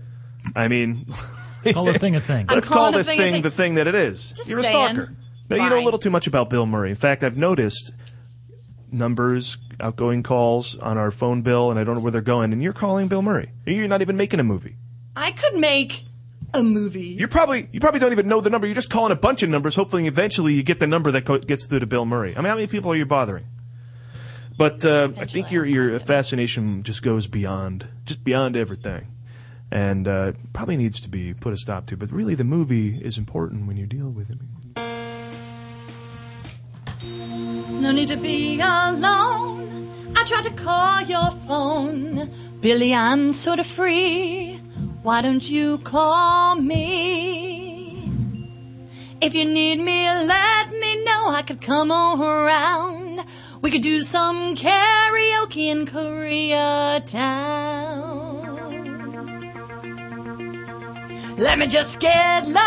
Speaker 6: I mean,
Speaker 8: Call a thing a thing.
Speaker 6: let's
Speaker 7: I'm
Speaker 6: call
Speaker 7: calling a
Speaker 6: this
Speaker 7: thing a
Speaker 6: thing
Speaker 7: thing.
Speaker 6: the thing that it is.
Speaker 7: Just
Speaker 6: you're a
Speaker 7: saying.
Speaker 6: stalker. Now you know a little too much about Bill Murray. In fact, I've noticed numbers, outgoing calls on our phone bill, and I don't know where they're going. And you're calling Bill Murray. You're not even making a movie.
Speaker 7: I could make a movie.
Speaker 6: You're probably you probably don't even know the number. You're just calling a bunch of numbers, hoping eventually you get the number that co- gets through to Bill Murray. I mean, how many people are you bothering? But uh, I think your your fascination just goes beyond just beyond everything, and uh, probably needs to be put a stop to. But really, the movie is important when you deal with it.
Speaker 7: No need to be alone. I tried to call your phone. Billy, I'm sort of free. Why don't you call me? If you need me, let me know. I could come around. We could do some karaoke in Koreatown. Let me just get low.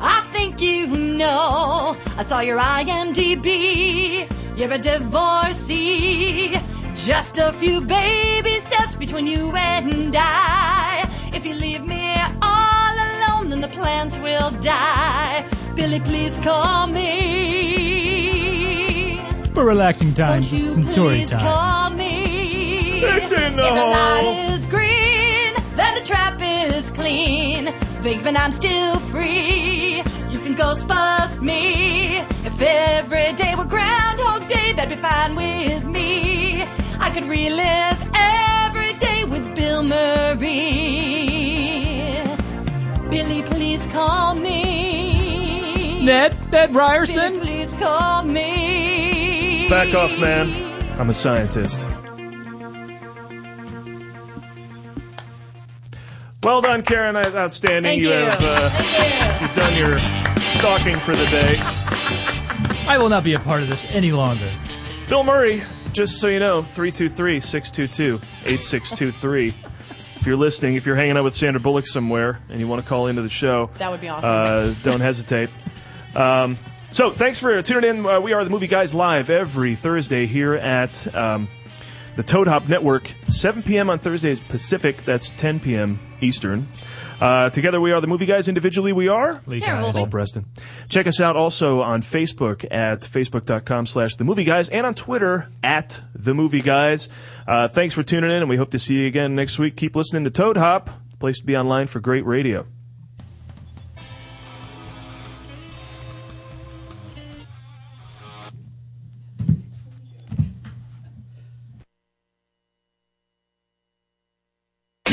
Speaker 7: I think you know. I saw your IMDb. You're a divorcee. Just a few baby steps between you and I. If you leave me all alone, then the plants will die. Billy, please call me.
Speaker 8: For relaxing times, it's story
Speaker 7: Please
Speaker 8: time.
Speaker 7: call me.
Speaker 8: It's in the
Speaker 7: if
Speaker 8: hole.
Speaker 7: light is green, then the trap is clean. Think but I'm still free. You can ghost bust me. If every day were Groundhog Day, that'd be fine with me. I could relive every day with Bill Murray. Billy, please call me.
Speaker 8: Ned, Ned Ryerson.
Speaker 7: Billy, please call me.
Speaker 6: Back off, man. I'm a scientist. Well done, Karen. That's Outstanding.
Speaker 7: Thank you.
Speaker 6: have uh, you've done your stalking for the day.
Speaker 8: I will not be a part of this any longer.
Speaker 6: Bill Murray, just so you know, 323 622 8623. If you're listening, if you're hanging out with Sandra Bullock somewhere and you want to call into the show,
Speaker 7: That would be awesome.
Speaker 6: Uh, don't hesitate. Um, so, thanks for tuning in. Uh, we are the Movie Guys live every Thursday here at um, the Toad Hop Network, 7 p.m. on Thursdays Pacific. That's 10 p.m. Eastern. Uh, together, we are the Movie Guys. Individually, we are Lee
Speaker 7: Karen Guys. Wolfe.
Speaker 6: Paul Preston. Check us out also on Facebook at facebook.com slash the movie guys and on Twitter at the movie guys. Uh, thanks for tuning in, and we hope to see you again next week. Keep listening to Toad Hop, place to be online for great radio.